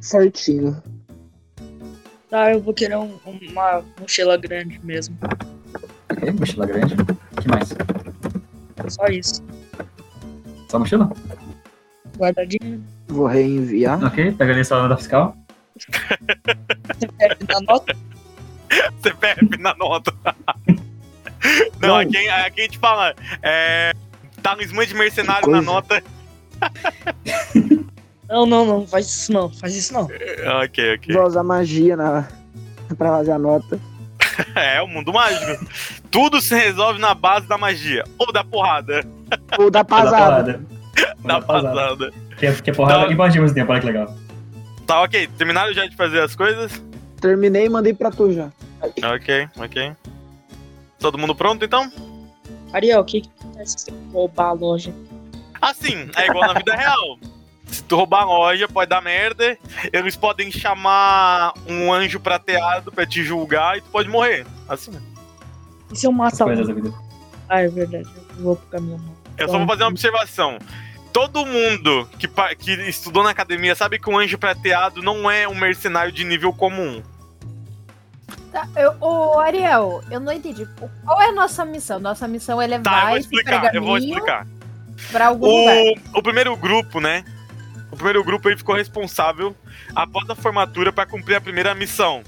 Speaker 12: Certinho.
Speaker 13: tá, eu vou querer um- uma mochila grande mesmo.
Speaker 5: Ok, mochila grande. O que mais?
Speaker 13: Só isso.
Speaker 5: Só mochila?
Speaker 13: Guardadinho.
Speaker 12: Vou reenviar.
Speaker 5: Ok, pega ali sua nota fiscal.
Speaker 13: Na nota?
Speaker 1: CPF na nota. Não, Aqui, aqui a gente fala. É, talismã de mercenário na nota.
Speaker 13: Não, não, não, faz isso não, faz isso não.
Speaker 1: Ok, ok.
Speaker 12: Vou usar magia na, pra fazer a nota.
Speaker 1: É, o mundo mágico. Tudo se resolve na base da magia. Ou da porrada.
Speaker 12: Ou da
Speaker 5: Tá
Speaker 12: pasada.
Speaker 1: Da pasada.
Speaker 5: Quer, quer é, porrada? E magia você tem, olha que legal.
Speaker 1: Tá, ok. Terminaram já de fazer as coisas?
Speaker 12: Terminei e mandei pra tu já.
Speaker 1: Ok, ok. Todo mundo pronto então?
Speaker 13: Ariel, o que que acontece se eu roubar a loja?
Speaker 1: Assim, é igual na vida real. Se tu roubar a loja, pode dar merda. Eles podem chamar um anjo prateado pra te julgar e tu pode morrer. Assim.
Speaker 13: E se eu mato
Speaker 1: Coisas
Speaker 13: alguém?
Speaker 5: da
Speaker 13: Ah, é verdade, eu vou pro caminho. não.
Speaker 1: Eu só vou fazer uma observação. Todo mundo que, pa- que estudou na academia sabe que o anjo prateado não é um mercenário de nível comum.
Speaker 8: Tá, eu- ô, Ariel, eu não entendi. Qual é a nossa missão? Nossa missão é levar
Speaker 1: Tá, eu vou
Speaker 8: esse
Speaker 1: explicar,
Speaker 8: pergaminho
Speaker 1: eu vou explicar.
Speaker 8: pra algum lugar.
Speaker 1: O, o primeiro grupo, né? O primeiro grupo ele ficou responsável após a formatura pra cumprir a primeira missão.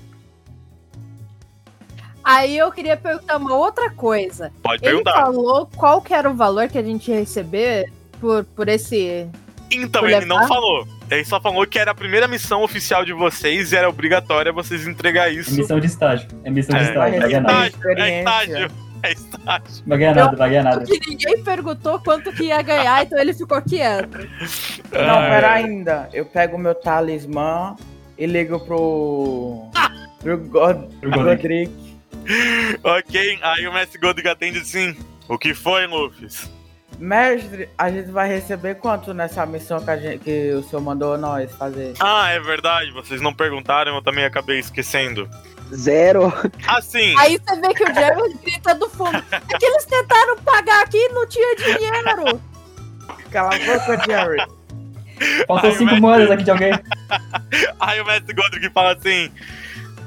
Speaker 8: Aí eu queria perguntar uma outra coisa.
Speaker 1: Pode
Speaker 8: Ele
Speaker 1: perguntar.
Speaker 8: falou qual que era o valor que a gente ia receber por, por esse...
Speaker 1: Então,
Speaker 8: por
Speaker 1: ele não
Speaker 8: levar?
Speaker 1: falou. Ele só falou que era a primeira missão oficial de vocês e era obrigatória vocês entregar
Speaker 5: É
Speaker 1: isso.
Speaker 5: missão de estágio. É missão de
Speaker 1: É.
Speaker 5: estágio. Vai ganhar nada.
Speaker 1: Estágio, é estágio. É estágio.
Speaker 5: Vai ganhar nada, vai ganhar nada.
Speaker 8: Que ninguém perguntou quanto que ia ganhar, então ele ficou quieto.
Speaker 3: Não,
Speaker 1: Ah,
Speaker 3: pera
Speaker 1: é.
Speaker 3: ainda. Eu pego meu talismã e ligo pro. pro God- Godric.
Speaker 1: Ok, aí o Mestre Godric atende assim. O que foi, Lufis?
Speaker 3: Mestre, a gente vai receber quanto nessa missão que, a gente- que o senhor mandou nós fazer?
Speaker 1: Ah, é verdade, vocês não perguntaram, eu também acabei esquecendo.
Speaker 12: Zero.
Speaker 1: Assim,
Speaker 8: Aí você vê que o Gerald grita do fundo. É que eles tentaram pagar aqui e não tinha dinheiro.
Speaker 3: Cala a boca, Jerry.
Speaker 5: Faltam 5 moedas aqui de alguém.
Speaker 1: aí o Mestre Godric fala assim.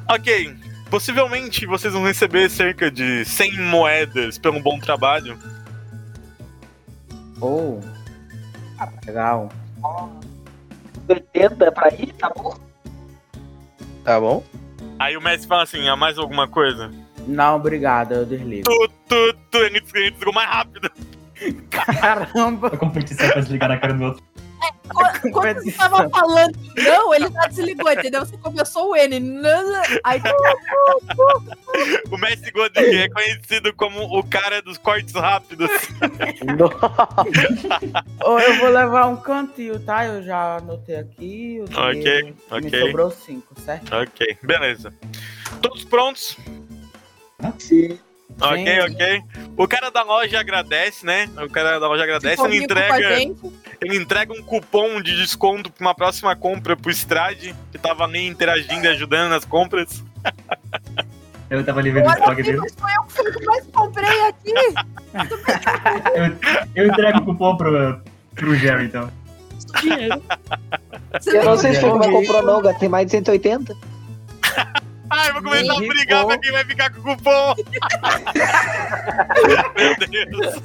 Speaker 1: Ok, possivelmente vocês vão receber cerca de 100 moedas pelo bom trabalho.
Speaker 3: Oh. Legal.
Speaker 12: 80 pra ir, tá bom?
Speaker 1: Tá bom. Aí o Mestre fala assim, há mais alguma coisa?
Speaker 3: Não, obrigado, eu desligo.
Speaker 1: Tu, tu, tu, é ele des- ele desligou mais rápido.
Speaker 3: Caramba!
Speaker 5: A competição pra desligar na cara do outro.
Speaker 8: Qu- Quando você tava falando não, ele já desligou, entendeu? Você começou o N. não, não, Aí. tipo,
Speaker 1: O Mestre Godric é conhecido como o cara dos cortes rápidos.
Speaker 3: Ô, eu vou levar um cantil, tá? Eu já anotei aqui. o
Speaker 1: Ok,
Speaker 3: dinheiro. Me
Speaker 1: ok.
Speaker 3: sobrou cinco, certo?
Speaker 1: Ok, beleza. Todos prontos?
Speaker 12: Sim.
Speaker 1: Ok, ok. O cara da loja agradece, né? O cara da loja agradece, ele
Speaker 8: comigo com a
Speaker 1: entrega.
Speaker 8: gente.
Speaker 1: Ele entrega um cupom de desconto pra uma próxima compra pro Strade, que tava ali interagindo e ajudando nas compras.
Speaker 5: Eu tava ali vendo o
Speaker 8: Olha,
Speaker 5: estoque
Speaker 8: aqui,
Speaker 5: dele.
Speaker 8: mas foi eu que fui o que mais comprei aqui.
Speaker 5: Eu entrego o cupom pro, pro Jerry, então.
Speaker 12: Eu não sei se foi como comprou não, Gato, tem mais de 180.
Speaker 1: Ai, vou começar a brigar pra quem vai ficar com o cupom. Meu Deus.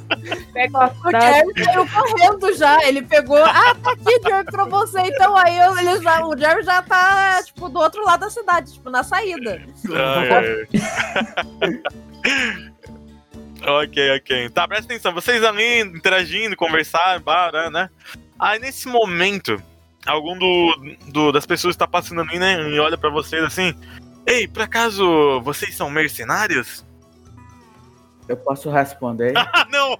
Speaker 8: O Jerry saiu correndo já. Ele pegou. Ah, tá aqui, Jerry, pra você. Então aí eu- ele já, o Jerry já tá, tipo, do outro lado da cidade, tipo, na saída.
Speaker 1: ok, ok. Tá, presta atenção. Vocês ali interagindo, conversando, bará, né? Aí nesse momento, algum do, do- das pessoas tá passando ali, né? E olha pra vocês assim. Ei, por acaso vocês são mercenários?
Speaker 3: Eu posso responder?
Speaker 1: Ah, não!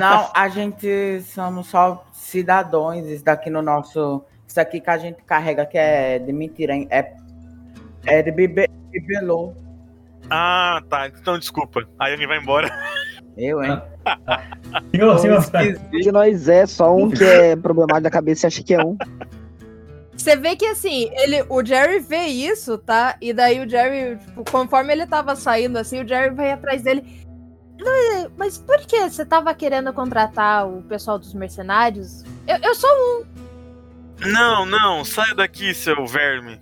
Speaker 3: Não, a gente somos só cidadãos. Isso daqui no nosso. Isso aqui que a gente carrega que é de mentira, hein? É, é de bibe- bibelô.
Speaker 1: Ah, tá. Então desculpa. Aí ele vai embora.
Speaker 3: Eu, hein?
Speaker 5: Senhor, senhor,
Speaker 12: De nós é só um que é problemático da cabeça e acha que é um.
Speaker 8: Você vê que assim, ele, o Jerry vê isso, tá? E daí o Jerry, tipo, conforme ele tava saindo assim, o Jerry vai atrás dele. "Lu, Mas por que você tava querendo contratar o pessoal dos mercenários? Eu, eu sou um.
Speaker 1: Não, não, saia daqui, seu verme.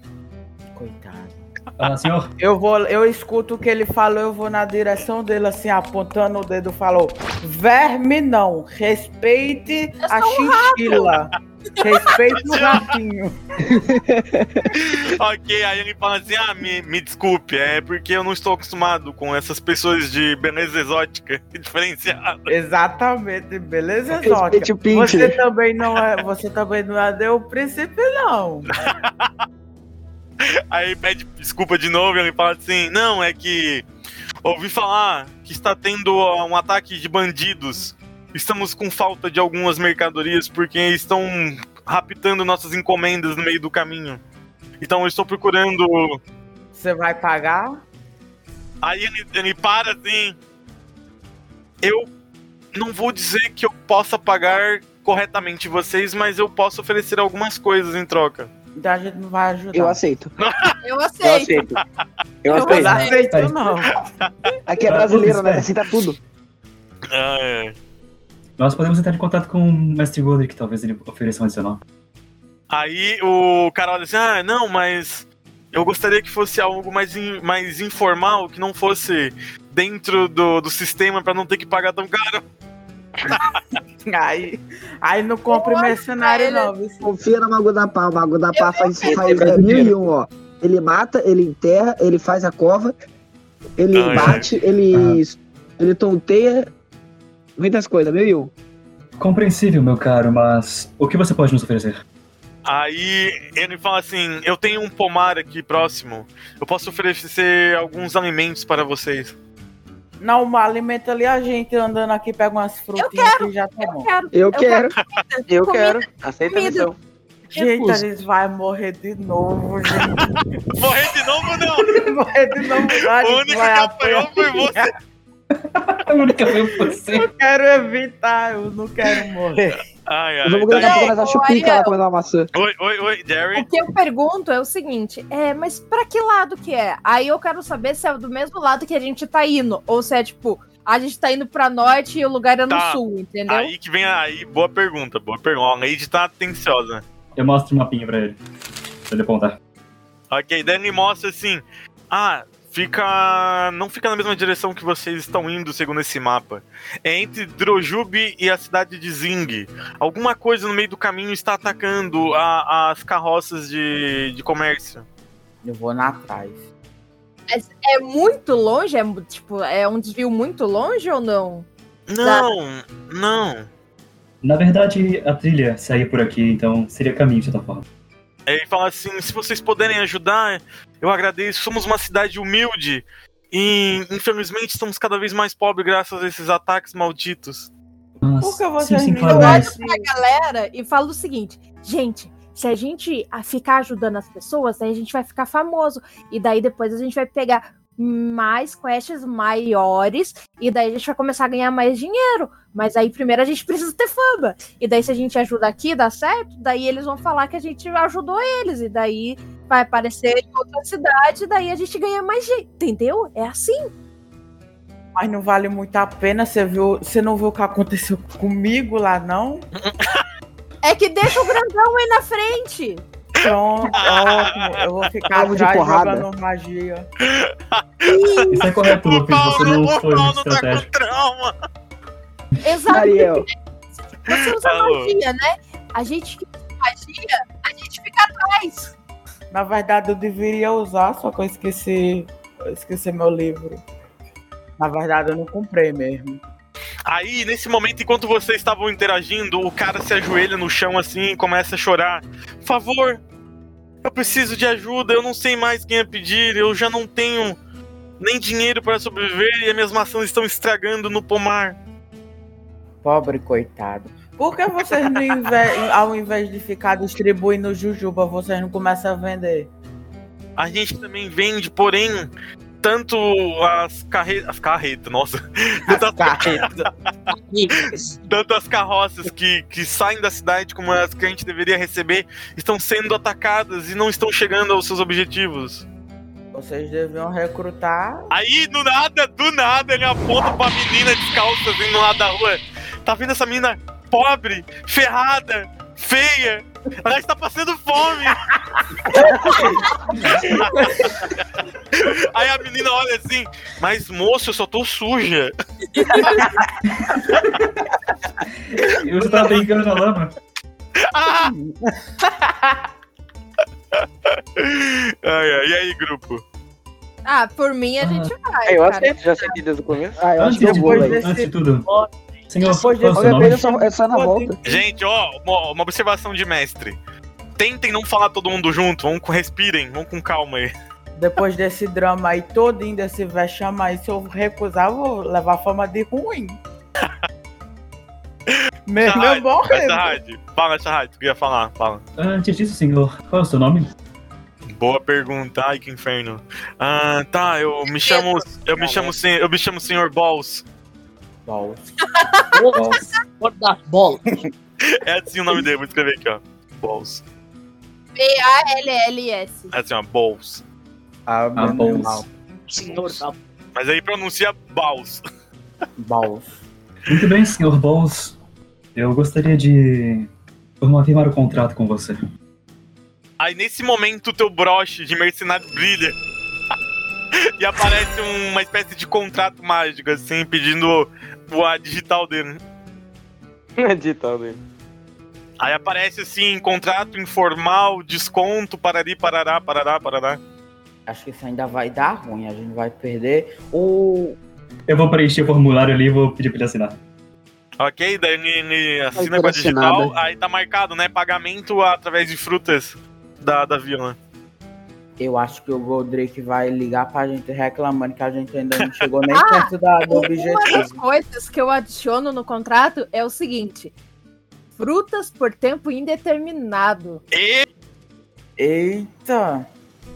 Speaker 5: Ah, senhor?
Speaker 3: Eu vou, eu escuto o que ele falou, eu vou na direção dele assim, apontando o dedo, falou: "Verme não, respeite a
Speaker 8: sou um
Speaker 3: chinchila. Respeite o ratinho."
Speaker 1: ok, aí ele fala assim: ah, me, me desculpe, é porque eu não estou acostumado com essas pessoas de beleza exótica e diferenciada.
Speaker 3: Exatamente, beleza,
Speaker 1: Respeite
Speaker 3: exótica.
Speaker 1: o pinche.
Speaker 3: Você também não é, você também não é deu o príncipe não.
Speaker 1: Aí pede desculpa de novo e ele fala assim: não, é que ouvi falar que está tendo ó, um ataque de bandidos. Estamos com falta de algumas mercadorias porque estão raptando nossas encomendas no meio do caminho. Então eu estou procurando
Speaker 3: Você vai pagar?
Speaker 1: Aí ele, ele para assim. Eu não vou dizer que eu possa pagar corretamente vocês, mas eu posso oferecer algumas coisas em troca.
Speaker 3: Então a gente não vai ajudar.
Speaker 12: Eu aceito.
Speaker 8: um, Eu
Speaker 12: Eu aceito.
Speaker 3: Eu
Speaker 12: Eu aceito.
Speaker 3: não aceito, não.
Speaker 12: Aqui é brasileiro, né? Aceita tudo.
Speaker 5: Nós podemos entrar em contato com o Mestre Godric, talvez ele ofereça um adicional.
Speaker 1: Aí o cara olha assim: ah, não, mas eu gostaria que fosse algo mais, in- mais informal, que não fosse dentro do, do sistema pra não ter que pagar tão caro.
Speaker 3: Aí, aí não compre mercenário não. viu?
Speaker 12: Confia no Mago da Pá. O Mago da Pá faz,
Speaker 3: eu-
Speaker 12: faz
Speaker 3: eu-
Speaker 12: é, mil e um, ó. Ele mata, ele enterra, ele faz a cova, ele
Speaker 5: Ai,
Speaker 12: bate, ele, ele tonteia. Muitas coisas, mil e um.
Speaker 5: Compreensível, meu caro, mas o que você pode nos oferecer?
Speaker 1: Aí ele fala assim: eu tenho um pomar aqui próximo, eu posso oferecer alguns alimentos para vocês.
Speaker 3: Não, mas alimenta ali a gente andando aqui, pega umas frutinhas que já tá bom.
Speaker 8: quero,
Speaker 6: Eu eu quero. quero. Eu
Speaker 3: Comida,
Speaker 6: quero. Aceita a
Speaker 3: comida.
Speaker 6: missão.
Speaker 3: Gente,
Speaker 6: Refuso.
Speaker 3: eles vai morrer de novo, gente.
Speaker 1: morrer de novo não!
Speaker 3: morrer de novo não,
Speaker 1: O
Speaker 3: a gente
Speaker 1: único
Speaker 3: vai
Speaker 1: que apanhou foi você.
Speaker 5: A única foi você.
Speaker 3: Eu quero evitar, eu não quero morrer.
Speaker 1: Ai, ai.
Speaker 12: Nós vamos ganhar
Speaker 1: tá-
Speaker 12: pra nós chupica lá comendo uma maçã.
Speaker 1: Oi, oi, oi, Jerry.
Speaker 8: O que eu pergunto é o seguinte, é, mas pra que lado que é? Aí eu quero saber se é do mesmo lado que a gente tá indo, ou se é tipo, a gente tá indo pra norte e o lugar é no
Speaker 1: Tá.
Speaker 8: sul, entendeu?
Speaker 1: Aí que vem aí, boa pergunta, boa pergunta. Ó, A Neide tá atenciosa.
Speaker 5: Eu mostro o mapinha pra ele. Pra ele apontar.
Speaker 1: Ok, daí ele mostra assim. Ah, fica. Não fica na mesma direção que vocês estão indo, segundo esse mapa. É entre Drojube e a cidade de Zing. Alguma coisa no meio do caminho está atacando a- as carroças de, de comércio.
Speaker 3: Eu vou na atrás.
Speaker 8: Mas É muito longe? É, mu- tipo, é um desvio muito longe ou não?
Speaker 1: Não, não.
Speaker 5: Na verdade, a trilha segue por aqui, então seria caminho, de certa forma.
Speaker 1: Aí Ele fala assim: se vocês puderem ajudar, eu agradeço. Somos uma cidade humilde e, infelizmente, estamos cada vez mais pobres graças a esses ataques malditos.
Speaker 8: Por
Speaker 3: que
Speaker 8: vocês
Speaker 5: sim,
Speaker 8: me
Speaker 5: claro,
Speaker 8: Eu
Speaker 5: mas-
Speaker 8: olho pra galera e falo o seguinte, gente, se a gente ah, ficar ajudando as pessoas, aí a gente vai ficar famoso. E daí depois a gente vai pegar mais quests maiores e daí a gente vai começar a ganhar mais dinheiro. Mas aí primeiro a gente precisa ter fama. E daí se a gente ajuda aqui, dá certo, daí eles vão falar que a gente ajudou eles e daí vai aparecer em outra cidade, e daí a gente ganha mais dinheiro, entendeu? É assim.
Speaker 3: Mas não vale muito a pena, você viu, você não viu o que aconteceu comigo lá não?
Speaker 8: É que deixa o grandão aí na frente.
Speaker 3: Pronto, ótimo. Então, Eu vou ficar
Speaker 12: Alvo de
Speaker 3: atrás
Speaker 12: porrada.
Speaker 3: jogando magia.
Speaker 5: Isso é correto, Lucas. Você
Speaker 1: é né?
Speaker 5: não foi
Speaker 1: tá
Speaker 5: estratégico.
Speaker 8: Exato.
Speaker 12: Ariel.
Speaker 8: Você usa
Speaker 3: Alô.
Speaker 8: magia, né? A gente que usa magia, a gente fica atrás.
Speaker 3: Na verdade, eu deveria usar, só que eu esqueci, eu esqueci meu livro. Na verdade, eu não comprei mesmo.
Speaker 1: Aí, nesse momento, enquanto vocês estavam interagindo, o cara se ajoelha no chão assim e começa a chorar. Por favor, eu preciso de ajuda, eu não sei mais quem é pedir, eu já não tenho nem dinheiro para sobreviver e as minhas maçãs estão estragando no pomar.
Speaker 3: Pobre coitado. Por que vocês, não inve- ao invés de ficar distribuindo jujuba, vocês não começam a vender?
Speaker 1: A gente também vende, porém, tanto as carretas. As carretas, nossa. Tanto as
Speaker 12: carretas.
Speaker 1: tanto as carroças que, que saem da cidade como as que a gente deveria receber estão sendo atacadas e não estão chegando aos seus objetivos.
Speaker 3: Vocês deviam recrutar.
Speaker 1: Aí, do nada, do nada, ele aponta pra menina descalça vindo lá da rua. Tá vendo essa menina pobre, ferrada, feia? Ela está passando fome! Aí a menina olha assim, mas moço, eu só tô suja.
Speaker 5: Eu já tava brincando na lama.
Speaker 1: Ai, ai, e aí, grupo?
Speaker 8: Ah, por mim a gente vai.
Speaker 6: eu
Speaker 8: cara.
Speaker 6: aceito, já aceitei desde o começo.
Speaker 12: Ah, eu
Speaker 5: Antes
Speaker 12: acho que eu
Speaker 5: de
Speaker 12: vou,
Speaker 5: tudo,
Speaker 12: velho.
Speaker 5: antes de tudo. Senhor,
Speaker 12: Depois de
Speaker 5: qual é o seu
Speaker 12: qualquer
Speaker 5: nome?
Speaker 12: coisa, é só, é
Speaker 3: Tá
Speaker 12: só na volta.
Speaker 1: Gente, ó, uma, uma observação de mestre. Tentem não falar todo mundo junto, vamos com, respirem, vamos com calma aí.
Speaker 3: Depois desse drama aí todinho, desse vexame aí, se eu recusar, eu vou levar fama de ruim. Mesmo eu morrendo.
Speaker 1: Shahad, fala, Shahad, tu queria falar, fala.
Speaker 5: Antes disso, Ah, senhor, qual é o seu nome?
Speaker 1: Boa pergunta, ai que inferno. Ah, tá, eu me chamo. Eu me chamo, sen- eu me chamo Senhor Balls.
Speaker 3: Balls.
Speaker 5: Balls.
Speaker 13: Bola. Bola.
Speaker 1: É assim o nome dele, vou escrever aqui, ó. Balls.
Speaker 8: B-A-L-L-S.
Speaker 1: É assim, ó, Balls.
Speaker 3: Ah,
Speaker 5: Balls.
Speaker 13: Senhor da
Speaker 1: Mas aí pronuncia Balls.
Speaker 3: Balls.
Speaker 5: Muito bem, senhor Balls. Eu gostaria de vamos afirmar o contrato com você.
Speaker 1: Aí nesse momento o teu broche de mercenário brilha. e aparece um, uma espécie de contrato mágico, assim, pedindo o- a digital dele.
Speaker 6: Não é digital dele.
Speaker 1: Aí aparece assim, contrato informal, desconto, parari, parará, parará, parará.
Speaker 3: Acho que isso ainda vai dar ruim, a gente vai perder. O.
Speaker 5: Eu vou preencher o formulário ali e vou pedir pra ele assinar.
Speaker 1: Ok, daí ele, ele assina
Speaker 5: Não
Speaker 1: com a
Speaker 5: parece
Speaker 1: digital,
Speaker 5: nada.
Speaker 1: aí tá marcado, né? Pagamento através de frutas da, da vila.
Speaker 3: Eu acho que o Goldrick vai ligar pra gente reclamando que a gente ainda não chegou nem perto da, do
Speaker 6: Um
Speaker 8: Ah, Uma das
Speaker 3: objetivo.
Speaker 8: coisas que eu adiciono no contrato é o seguinte: frutas por tempo indeterminado.
Speaker 3: Eita!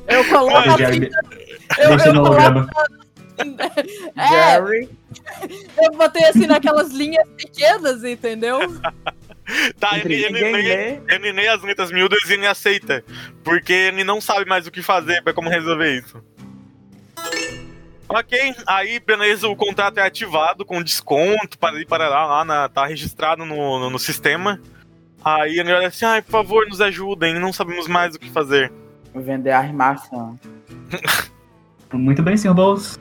Speaker 8: Eu coloco a
Speaker 5: Jerry,
Speaker 8: fruta. Eu,
Speaker 5: deixa
Speaker 8: eu
Speaker 5: no holograma.
Speaker 8: coloco. É, eu botei assim naquelas linhas pequenas, entendeu?
Speaker 1: Tá, ele, ele, lê, ele lê as letras miúdas e ele aceita. Porque ele não sabe mais o que fazer pra como resolver isso. Ok, aí beleza, o contrato é ativado com desconto, para parará, lá na, tá registrado no, no, no sistema. Aí ele olha assim, ai, por favor, nos ajudem, não sabemos mais o que fazer.
Speaker 3: Vender as maçãs.
Speaker 5: Muito bem, senhor Balls.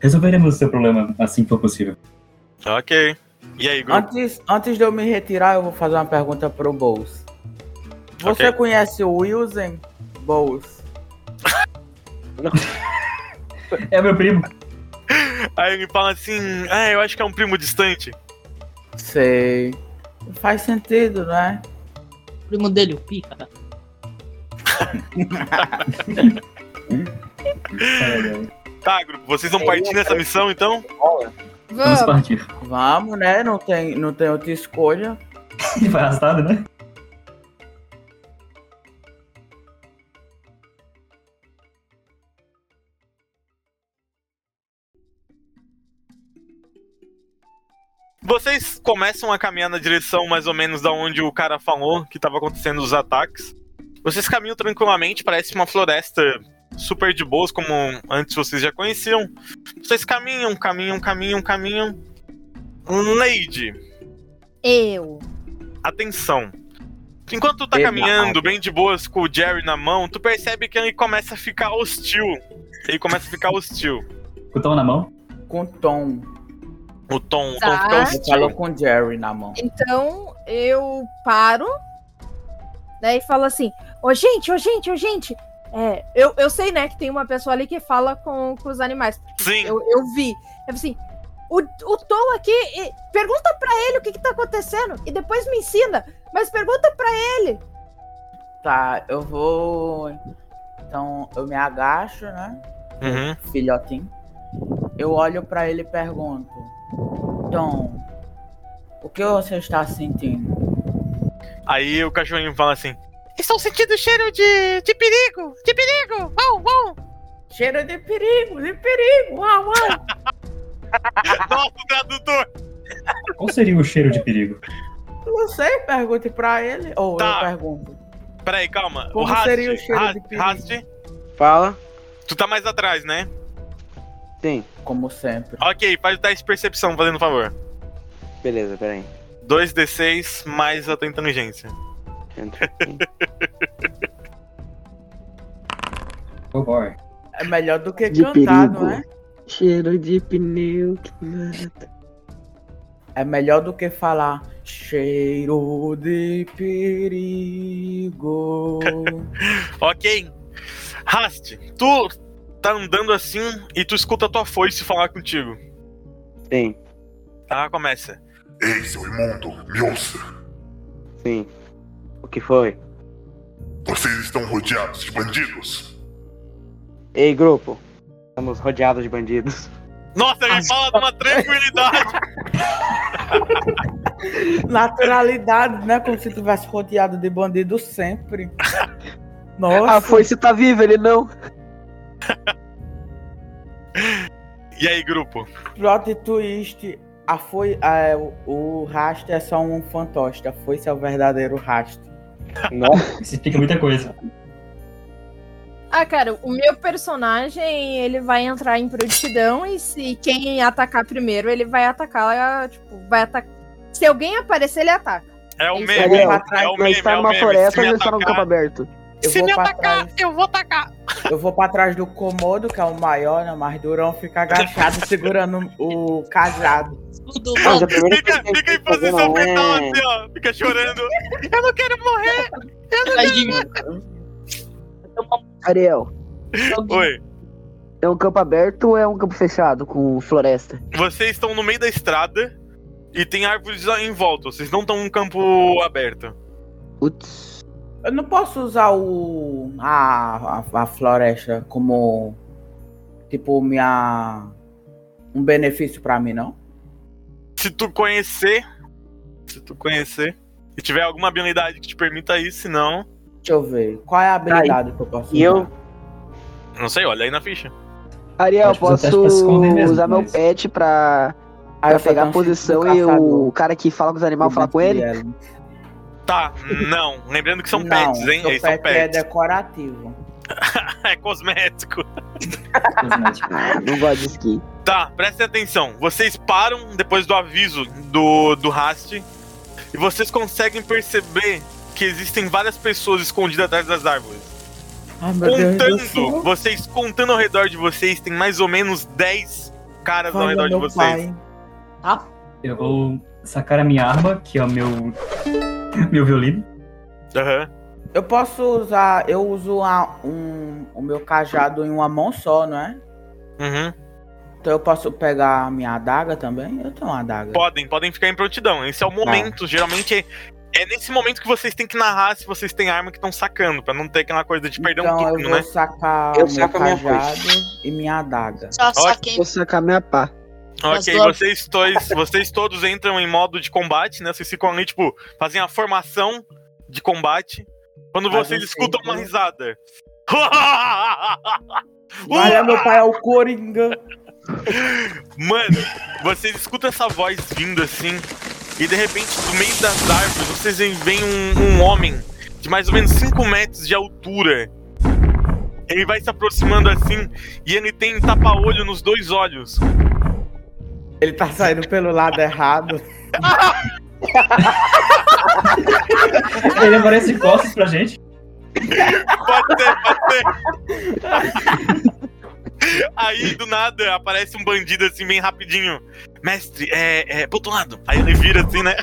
Speaker 5: Resolveremos o seu problema assim que for possível.
Speaker 1: Ok. E aí, grupo?
Speaker 3: Antes, antes de eu me retirar, eu vou fazer uma pergunta pro Bowles. Você
Speaker 1: Ok.
Speaker 3: conhece o Wilson Bowles?
Speaker 5: É meu primo.
Speaker 1: Aí ele fala assim, ah, eu acho que é um primo distante.
Speaker 3: Sei. Faz sentido, né?
Speaker 13: primo dele, o Pica.
Speaker 1: Tá, grupo, vocês vão partir nessa missão então?
Speaker 5: Vamos partir.
Speaker 3: Vamos, né? Não tem, não tem outra escolha.
Speaker 5: Vai arrastado, né?
Speaker 1: Vocês começam a caminhar na direção mais ou menos da onde o cara falou que estava acontecendo os ataques. Vocês caminham tranquilamente, parece uma floresta super de boas, como antes vocês já conheciam. Vocês caminham, caminham, caminham, caminham. Lady,
Speaker 11: Eu.
Speaker 1: atenção. Enquanto tu tá
Speaker 11: Verdade.
Speaker 1: caminhando bem de boas com o Jerry na mão, tu percebe que ele começa a ficar hostil. Ele começa a ficar hostil.
Speaker 5: Com o tom na mão?
Speaker 3: Com o tom.
Speaker 1: O tom, um o tom
Speaker 11: Tá.
Speaker 1: fica
Speaker 3: Ele falou
Speaker 1: hostil.
Speaker 3: com o Jerry na mão.
Speaker 11: Então eu paro, né, e falo assim: Ô gente, ô gente, ô gente. É, eu, eu sei, né, que tem uma pessoa ali que fala com, com os animais.
Speaker 1: Sim.
Speaker 11: Eu, eu vi. Eu falei assim: o, o Tom aqui, e- pergunta pra ele o que que tá acontecendo e depois me ensina. Mas pergunta pra ele.
Speaker 3: Tá, eu vou. Então eu me agacho, né?
Speaker 1: Uhum.
Speaker 3: Filhotinho. Eu olho pra ele e pergunto: Tom, o que você está sentindo?
Speaker 1: Aí o cachorrinho fala assim:
Speaker 14: Estou sentindo cheiro de, de perigo! De perigo! Uau, uau!
Speaker 3: Cheiro de perigo, de perigo! Uau, uau!
Speaker 1: Nossa, tradutor!
Speaker 5: Qual seria o cheiro de perigo?
Speaker 3: Não sei, pergunte pra ele. Ou
Speaker 1: Tá.
Speaker 3: eu pergunto.
Speaker 1: Peraí, calma.
Speaker 3: Como
Speaker 1: o Rast,
Speaker 3: seria o cheiro
Speaker 1: Rast,
Speaker 3: de perigo?
Speaker 1: Rast,
Speaker 6: Fala.
Speaker 1: tu tá mais atrás, né?
Speaker 6: Sim.
Speaker 3: Como sempre.
Speaker 1: Ok, faz o teste de percepção, fazendo um favor.
Speaker 6: Beleza, peraí.
Speaker 1: 2d6 mais a tua inteligência.
Speaker 5: Oh boy.
Speaker 3: É melhor do que
Speaker 12: De
Speaker 3: cantar,
Speaker 12: perigo.
Speaker 3: não é?
Speaker 12: Cheiro de pneu que mata.
Speaker 3: É melhor do que falar cheiro de perigo.
Speaker 1: ok. Rast, tu tá andando assim e tu escuta a tua foice falar contigo.
Speaker 6: Sim,
Speaker 1: Tá, começa.
Speaker 2: Ei, seu imundo, me ouça.
Speaker 6: sim. O que foi?
Speaker 2: Vocês estão rodeados de bandidos.
Speaker 6: Ei, grupo. Estamos rodeados de bandidos.
Speaker 1: Nossa, ele fala de uma tranquilidade.
Speaker 3: Naturalidade, né? Como se tivesse rodeado de bandido sempre. Nossa.
Speaker 12: Ah, foi, você tá vivo, ele não.
Speaker 1: E aí, grupo?
Speaker 3: Plot twist. A foi, a- o rastro é só um fantoche. A foice é o verdadeiro rastro.
Speaker 5: Nossa. Isso explica muita coisa.
Speaker 11: Ah, cara, o meu personagem, ele vai entrar em prontidão e se quem atacar primeiro, ele vai atacar, tipo, vai atacar. Se alguém aparecer, ele ataca.
Speaker 1: É o
Speaker 12: Ele
Speaker 1: meme,
Speaker 12: tá
Speaker 1: é
Speaker 12: atrás,
Speaker 1: o
Speaker 12: nós
Speaker 1: meme,
Speaker 12: tá
Speaker 1: é o
Speaker 12: numa
Speaker 1: meme.
Speaker 12: floresta,
Speaker 1: Se me
Speaker 12: nós tá num campo
Speaker 1: atacar,
Speaker 12: aberto.
Speaker 3: Eu
Speaker 14: Se
Speaker 3: vou
Speaker 14: me
Speaker 3: pra
Speaker 14: atacar,
Speaker 3: trás.
Speaker 14: eu vou atacar!
Speaker 3: Eu vou pra trás do comodo, que é o maior, né? Mas Durão fica agachado segurando o cajado.
Speaker 6: Mas a primeira
Speaker 1: fica, fica em posição fetal
Speaker 6: é,
Speaker 1: assim, ó. Fica chorando.
Speaker 14: Eu não quero morrer!
Speaker 7: tá
Speaker 14: Eu não quero morrer!
Speaker 12: Ariel,
Speaker 1: Oi.
Speaker 12: é um campo aberto ou é um campo fechado com floresta?
Speaker 1: Vocês estão no meio da estrada e tem árvores em volta. Vocês não estão num campo aberto.
Speaker 3: Eu não posso usar o. a, a, a floresta como. Tipo, minha. um benefício pra mim, não?
Speaker 1: Se tu conhecer. Se tu conhecer. E tiver alguma habilidade que te permita isso, se não.
Speaker 3: Deixa eu ver. Qual é
Speaker 12: Tá
Speaker 3: a habilidade que eu posso
Speaker 1: E
Speaker 3: usar?
Speaker 1: eu? Não sei, olha aí na ficha.
Speaker 12: Ariel,
Speaker 1: Pode fazer teste
Speaker 12: posso
Speaker 1: pra se esconder mesmo,
Speaker 12: usar meu
Speaker 1: mas- um
Speaker 12: pet pra, pra pegar a posição e o cara que fala com os animais falar com ele?
Speaker 1: Tá, não. Lembrando que são
Speaker 3: Não,
Speaker 1: pets, hein?
Speaker 3: seu
Speaker 1: Eles são
Speaker 3: pet é
Speaker 1: pets.
Speaker 3: decorativo.
Speaker 1: É cosmético.
Speaker 12: Ah, Não gosto de skin.
Speaker 1: Tá, prestem atenção. Vocês param depois do aviso do, do Rast e vocês conseguem perceber que existem várias pessoas escondidas atrás das árvores.
Speaker 3: Ai, meu Deus do
Speaker 1: Contando,
Speaker 3: céu.
Speaker 1: vocês contando ao redor de vocês, tem mais ou menos 10 caras ao
Speaker 5: Olha,
Speaker 1: redor de
Speaker 5: meu
Speaker 1: vocês.
Speaker 5: pai. Eu vou sacar a minha arma, que é o meu. meu violino.
Speaker 3: Eu posso usar. Eu uso a- um, o meu cajado em uma mão só, não é?
Speaker 1: Uhum.
Speaker 3: Então eu posso pegar a minha adaga também? Eu tenho uma adaga.
Speaker 1: Podem, podem ficar em prontidão. Esse é o momento. Geralmente é, é nesse momento que vocês têm que narrar se vocês têm arma que estão sacando, pra não ter aquela coisa de perder um
Speaker 3: Então eu
Speaker 1: turno,
Speaker 3: vou
Speaker 1: né?
Speaker 3: sacar
Speaker 1: Eu
Speaker 3: meu
Speaker 1: saco a minha
Speaker 3: cajado e minha adaga.
Speaker 1: Só Ótimo. saquei.
Speaker 12: Vou sacar minha pá.
Speaker 1: Ok,
Speaker 12: Mas, ó-
Speaker 1: vocês, dois, vocês todos entram em modo de combate, né? Vocês ficam ali, tipo, fazem a formação de combate. Quando
Speaker 3: Mas
Speaker 1: vocês
Speaker 3: eu sei
Speaker 1: escutam
Speaker 3: que-
Speaker 1: uma
Speaker 12: né?
Speaker 1: risada. Uh!
Speaker 3: Olha, meu pai é o Coringa.
Speaker 1: Mano, vocês escutam essa voz vindo assim, e de repente, do meio das árvores, vocês veem um, um homem de mais ou menos 5 metros de altura. Ele vai se aproximando assim, e ele tem tapa-olho nos dois olhos.
Speaker 3: Ele tá saindo pelo lado errado.
Speaker 5: Ele aparece de costas pra gente.
Speaker 1: Pode ser, pode ser. Aí, do nada, aparece um bandido assim, bem rapidinho. Mestre, é. é pro outro lado. Aí ele vira assim, né?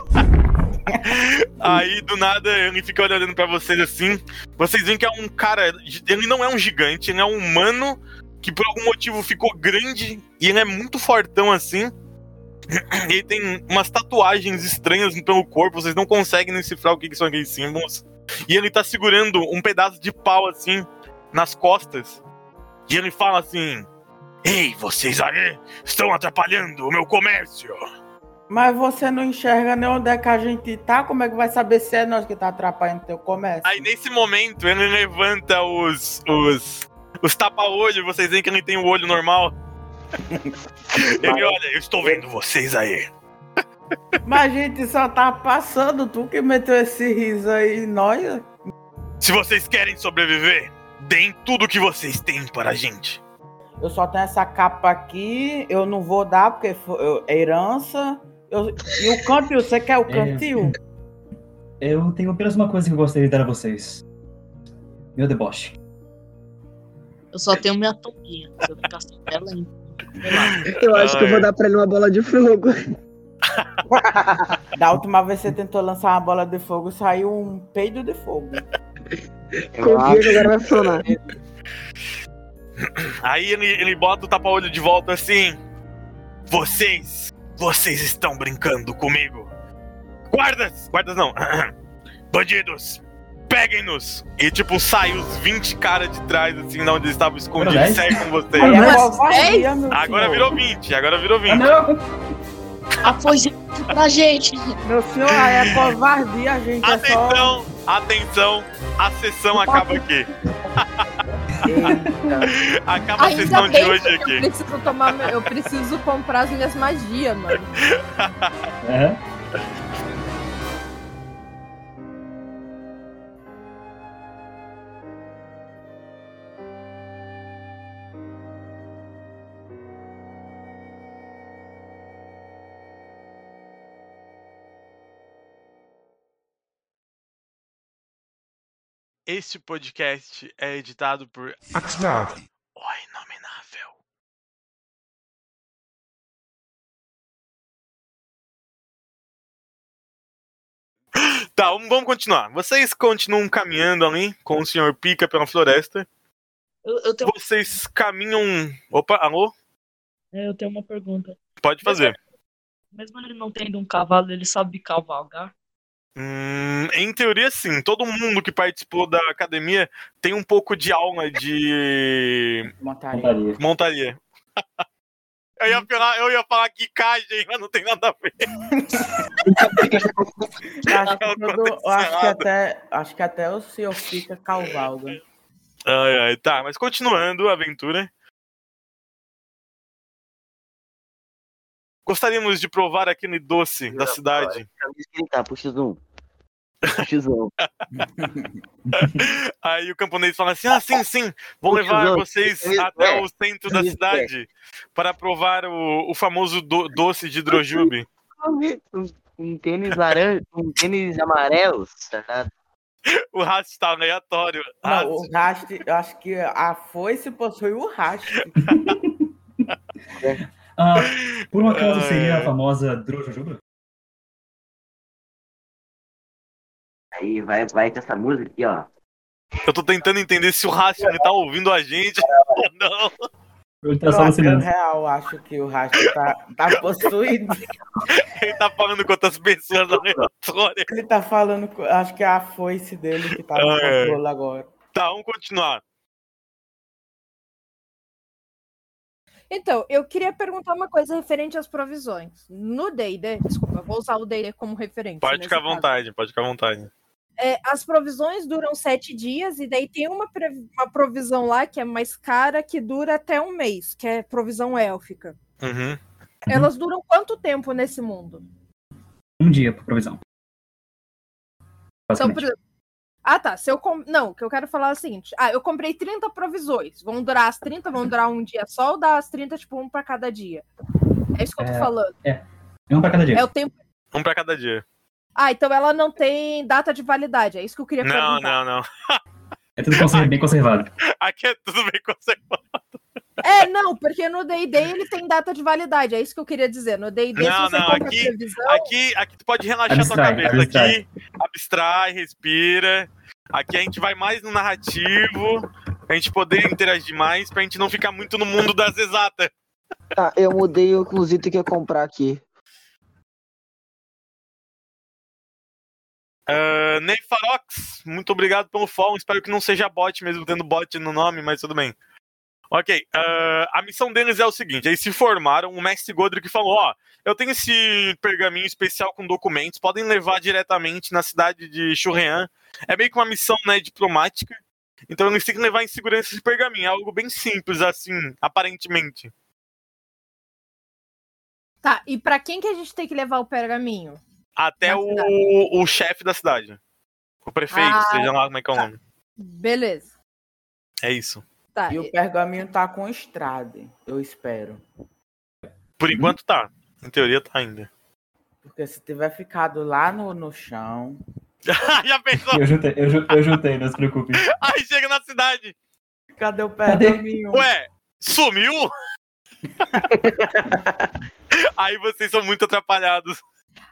Speaker 1: Aí, do nada, ele fica olhando pra vocês assim. Vocês veem que é um cara. Ele não é um gigante, ele é um humano que por algum motivo ficou grande e ele é muito fortão assim. Ele tem umas tatuagens estranhas pelo corpo, vocês não conseguem decifrar o que que são aqueles símbolos. E ele tá segurando um pedaço de pau assim nas costas. E ele fala assim: Ei, vocês aí estão atrapalhando o meu comércio.
Speaker 3: Mas você não enxerga nem onde é que a gente tá? Como é que vai saber se é nós que tá atrapalhando teu comércio?
Speaker 1: Aí nesse momento ele levanta os. os. os tapa-olho, vocês veem que ele tem o olho normal. ele olha, eu estou vendo vocês aí.
Speaker 3: Mas a gente só tá passando, tu que meteu esse riso aí em nós.
Speaker 1: Se vocês querem sobreviver, deem tudo que vocês têm para a gente.
Speaker 3: Eu só tenho essa capa aqui, eu não vou dar porque fo- eu- é herança. Eu- e o cantil, você quer o
Speaker 1: É.
Speaker 3: cantil?
Speaker 5: Eu tenho apenas uma coisa que eu gostaria de dar a vocês. Meu deboche.
Speaker 7: Eu só tenho minha toquinha. Se eu ficar sem ela, hein?
Speaker 12: Eu acho que eu vou dar pra ele uma bola de fogo.
Speaker 3: Da última vez você tentou lançar uma bola de fogo, saiu um peido de fogo.
Speaker 12: Confia que agora vai funcionar.
Speaker 1: Aí ele, ele bota o tapa-olho de volta assim. Vocês, vocês estão brincando comigo. Guardas, guardas não. Bandidos, peguem-nos. E tipo, sai os 20 caras de trás, assim, de onde eles estavam escondidos,
Speaker 5: Verdade.
Speaker 1: cercam vocês.
Speaker 3: Aí é covardia, meu
Speaker 1: Agora
Speaker 3: senhor.
Speaker 1: virou 20, agora virou 20.
Speaker 7: Aposenta pra gente.
Speaker 3: Meu senhor, aí é covardia, a gente. é só-
Speaker 1: Atenção, atenção, a sessão acaba aqui. acaba a sessão de hoje
Speaker 8: porque Eu
Speaker 1: aqui.
Speaker 8: preciso tomar. meu- Eu preciso comprar as minhas magias, mano.
Speaker 1: Este podcast é editado por
Speaker 2: Axnar.
Speaker 1: Tá, vamos vamos continuar. Vocês continuam caminhando ali com o Sr. Pica pela floresta.
Speaker 13: Eu, eu tenho,
Speaker 1: Vocês caminham. Opa, alô?
Speaker 13: é, eu tenho uma pergunta.
Speaker 1: Pode fazer.
Speaker 13: Mesmo ele não tendo um cavalo, ele sabe cavalgar?
Speaker 1: Hum, em teoria, sim. Todo mundo que participou da academia tem um pouco de alma de.
Speaker 3: Montaria.
Speaker 1: Montaria. Eu ia, falar, eu ia falar que cagem, mas não tem nada a ver.
Speaker 3: Eu acho que, todo- eu acho que até, acho que até o senhor fica calvalga.
Speaker 1: Ai, ai, tá, mas continuando a aventura. Gostaríamos de provar aquele doce da cidade.
Speaker 6: Tá, puxa um. Puxa um.
Speaker 1: Aí o camponês fala assim: ah, sim, sim, vou
Speaker 6: Puxa
Speaker 1: levar
Speaker 6: os
Speaker 1: vocês
Speaker 6: outros.
Speaker 1: até
Speaker 6: É.
Speaker 1: o centro da
Speaker 6: Isso, é.
Speaker 1: cidade para provar o, o famoso do- doce de Drojube.
Speaker 6: Um, um tênis laranja, um tênis amarelo, tá sarado.
Speaker 1: O rastro tá aleatório.
Speaker 3: Não, o raste, eu acho que a foice possui o raste.
Speaker 5: Ah, por um acaso
Speaker 1: É.
Speaker 5: seria a famosa Drojojuba?
Speaker 6: Aí vai, vai com essa música aqui, ó.
Speaker 1: Eu tô tentando entender se o rastro ele tá ouvindo a gente ou não.
Speaker 5: Ele
Speaker 1: tá só no silêncio.
Speaker 3: real, eu acho que o raste tá, tá possuído.
Speaker 1: Ele tá falando com outras pessoas aleatórias.
Speaker 3: Ele tá falando, com- acho que é a foice dele que tá no
Speaker 1: É.
Speaker 3: controle agora.
Speaker 1: Tá, vamos continuar.
Speaker 11: Então, eu queria perguntar uma coisa referente às provisões. No D&D, desculpa, eu vou usar o D&D como referência.
Speaker 1: Pode
Speaker 11: nesse
Speaker 1: ficar à
Speaker 11: caso.
Speaker 1: vontade, pode ficar à vontade.
Speaker 8: é, as provisões duram sete dias, e daí tem uma, previ- uma provisão lá que é mais cara, que dura até um mês, que é provisão élfica.
Speaker 15: Uhum.
Speaker 8: Elas duram quanto tempo nesse mundo?
Speaker 5: Um dia pra provisão.
Speaker 8: Então,
Speaker 5: Basicamente.
Speaker 8: por exemplo, ah, tá. Se eu com... Não, o que eu quero falar é o seguinte: ah, eu comprei 30 provisões. Vão durar as 30, vão durar um dia só, ou dá as 30, tipo, um pra cada dia. É isso que eu tô
Speaker 1: É,
Speaker 8: falando.
Speaker 5: É um pra cada dia.
Speaker 8: É o tempo.
Speaker 1: Um pra cada dia.
Speaker 8: Ah, então ela não tem data de validade. É isso que eu queria
Speaker 1: Não, não,
Speaker 8: perguntar.
Speaker 1: não.
Speaker 5: É tudo conser- bem conservado.
Speaker 1: Aqui é tudo bem conservado.
Speaker 8: É, não, porque no D&D ele tem data de validade. É isso que eu queria dizer. No D&D se
Speaker 1: Não,
Speaker 8: você
Speaker 1: não,
Speaker 8: compra
Speaker 1: aqui,
Speaker 8: previsão...
Speaker 1: aqui, aqui tu pode relaxar
Speaker 5: Abstrai,
Speaker 1: tua cabeça.
Speaker 5: abstrai.
Speaker 1: Aqui, abstrai, respira. Aqui a gente vai mais no narrativo, pra gente poder interagir mais, pra gente não ficar muito no mundo das exatas.
Speaker 12: Tá, eu mudei o inclusive que ia comprar aqui.
Speaker 1: Ah, Ney Farox, muito obrigado pelo follow. Espero que não seja bot, mesmo tendo bot no nome, mas tudo bem. Ok, ah, a missão deles é o seguinte: eles se formaram. O mestre Godric falou: Ó, eu tenho esse pergaminho especial com documentos, podem levar diretamente na cidade de Churrean. É meio que uma missão né, diplomática. Então eles têm que levar em segurança esse pergaminho. É algo bem simples, assim, aparentemente.
Speaker 8: Tá, e pra quem que a gente tem que levar o pergaminho?
Speaker 1: Até o, o chefe da cidade. O prefeito,
Speaker 8: Ah,
Speaker 1: seja lá como é que é o nome.
Speaker 8: Beleza.
Speaker 1: É isso.
Speaker 8: Tá.
Speaker 3: E o pergaminho tá com estrade, eu espero.
Speaker 1: Por enquanto tá. Em teoria tá ainda.
Speaker 3: Porque se tiver ficado lá no, no chão.
Speaker 1: Já pensou?
Speaker 5: Eu juntei, eu, ju- eu juntei, não se preocupe.
Speaker 1: Aí chega na cidade.
Speaker 3: Cadê o pergaminho?
Speaker 1: Ué, sumiu? Aí vocês são muito atrapalhados.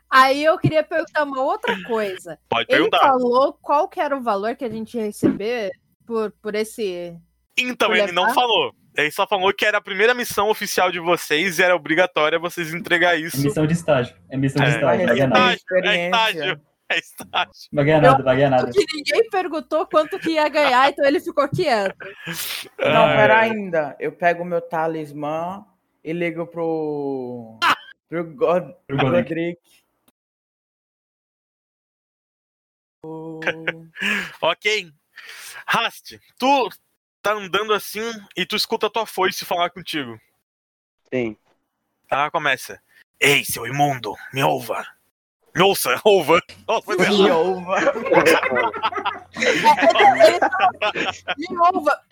Speaker 8: Aí eu queria perguntar uma outra coisa.
Speaker 1: Pode
Speaker 8: Ele
Speaker 1: perguntar.
Speaker 8: falou qual que era o valor que a gente ia receber por, por esse...
Speaker 1: Então,
Speaker 8: por
Speaker 1: ele não
Speaker 8: levar?
Speaker 1: falou. Ele só falou que era a primeira missão oficial de vocês e era obrigatória vocês entregar
Speaker 5: É
Speaker 1: isso.
Speaker 5: missão de estágio. É missão de estágio, vai ganhar nada.
Speaker 1: estágio, é estágio. É estágio.
Speaker 5: Vai ganhar nada, vai ganhar nada.
Speaker 8: Que ninguém perguntou quanto que ia ganhar, então ele ficou quieto.
Speaker 3: Não,
Speaker 5: Ah,
Speaker 3: pera
Speaker 5: é.
Speaker 3: ainda. Eu pego o meu talismã e ligo pro. pro God...
Speaker 5: Pro Godric.
Speaker 3: Godric.
Speaker 1: Ok. Rast, tu tá andando assim e tu escuta a tua foice falar contigo.
Speaker 6: Sim.
Speaker 1: Tá, começa. Ei, seu imundo, me ouva. Me ouça, ouva. Nossa, foi
Speaker 3: Me ouva.
Speaker 8: Me ouva.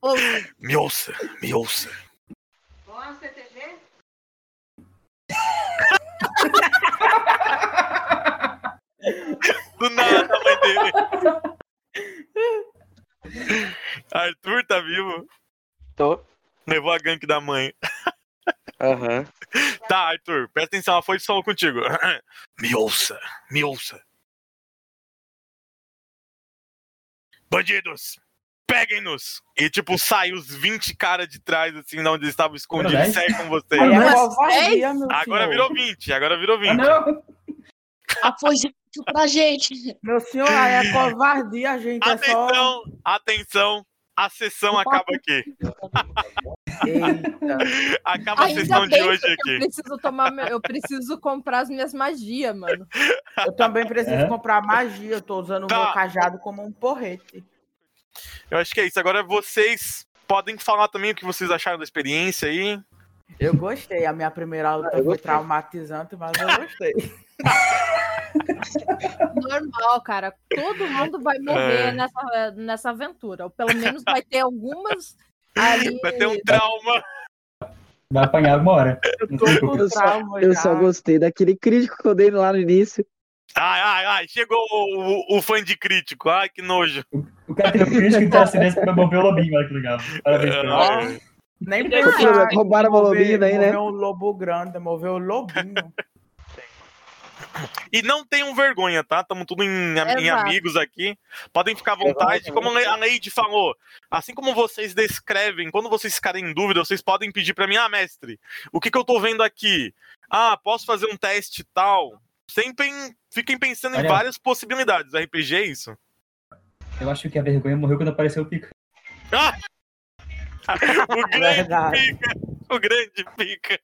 Speaker 8: Ouva.
Speaker 1: Me ouça, me ouça.
Speaker 16: Bora no CTG?
Speaker 1: Do nada, a mãe dele. Arthur tá vivo?
Speaker 6: Tô.
Speaker 1: Levou a gank da mãe.
Speaker 6: Aham.
Speaker 1: Tá, Arthur, presta atenção, a foi falou contigo. Me ouça, me ouça. Bandidos, peguem-nos! E tipo, sai os 20 caras de trás, assim, de onde eles estavam escondidos,
Speaker 15: Verdade.
Speaker 1: e sai com vocês.
Speaker 15: Aí é
Speaker 1: Agora,
Speaker 15: covardia, meu senhor.
Speaker 1: virou 20, agora virou 20.
Speaker 5: Ah,
Speaker 13: A foice mentiu pra gente.
Speaker 3: Meu senhor, é covardia, gente. É só...
Speaker 1: Atenção, atenção, a sessão acaba aqui. Acaba a sessão de
Speaker 8: bem,
Speaker 1: hoje
Speaker 8: porque Eu
Speaker 1: aqui.
Speaker 8: preciso tomar, meu- eu preciso comprar as minhas magias, mano.
Speaker 3: Eu também preciso
Speaker 1: É?
Speaker 3: comprar magia. Eu tô usando o meu cajado como um porrete.
Speaker 1: Eu acho que é isso. Agora vocês podem falar também o que vocês acharam da experiência aí.
Speaker 3: Eu gostei. A minha primeira
Speaker 12: Ah,
Speaker 3: luta foi traumatizante, mas eu gostei.
Speaker 8: Normal, cara. Todo mundo vai morrer
Speaker 1: É.
Speaker 8: nessa, nessa aventura. Ou pelo menos vai ter algumas. Ali...
Speaker 1: Vai ter um trauma.
Speaker 5: Vai apanhar alguma hora. Não se preocupe.
Speaker 12: Eu só, eu só gostei daquele crítico que eu dei lá no início.
Speaker 1: Ai, ai, ai, chegou o, o- o fã de crítico. Ai, que nojo.
Speaker 5: O cara tem um crítico que tá assim nesse pra mover o lobinho, olha que legal. Parabéns pra
Speaker 1: É.
Speaker 5: ele.
Speaker 3: Nem
Speaker 5: Tem
Speaker 3: pensar.
Speaker 5: que roubaram
Speaker 3: em
Speaker 5: o
Speaker 3: mover-
Speaker 5: lobinho daí, né?
Speaker 3: Mover um lobo grande, mover o lobinho.
Speaker 1: E não tenham vergonha, tá? Tamo tudo em, am- em
Speaker 3: Exato.
Speaker 1: amigos aqui. Podem ficar à vontade. Como a Le- a Leide falou, assim como vocês descrevem, quando vocês ficarem em dúvida, vocês podem pedir pra mim, ah, mestre, o que que eu tô vendo aqui? Ah, posso fazer um teste e tal? Sempre em- fiquem pensando em
Speaker 5: Olha.
Speaker 1: várias possibilidades. RPG é isso?
Speaker 5: Eu acho que a vergonha morreu quando apareceu o pica.
Speaker 1: Ah! O grande É.
Speaker 5: É Verdade.
Speaker 1: pica! O grande pica!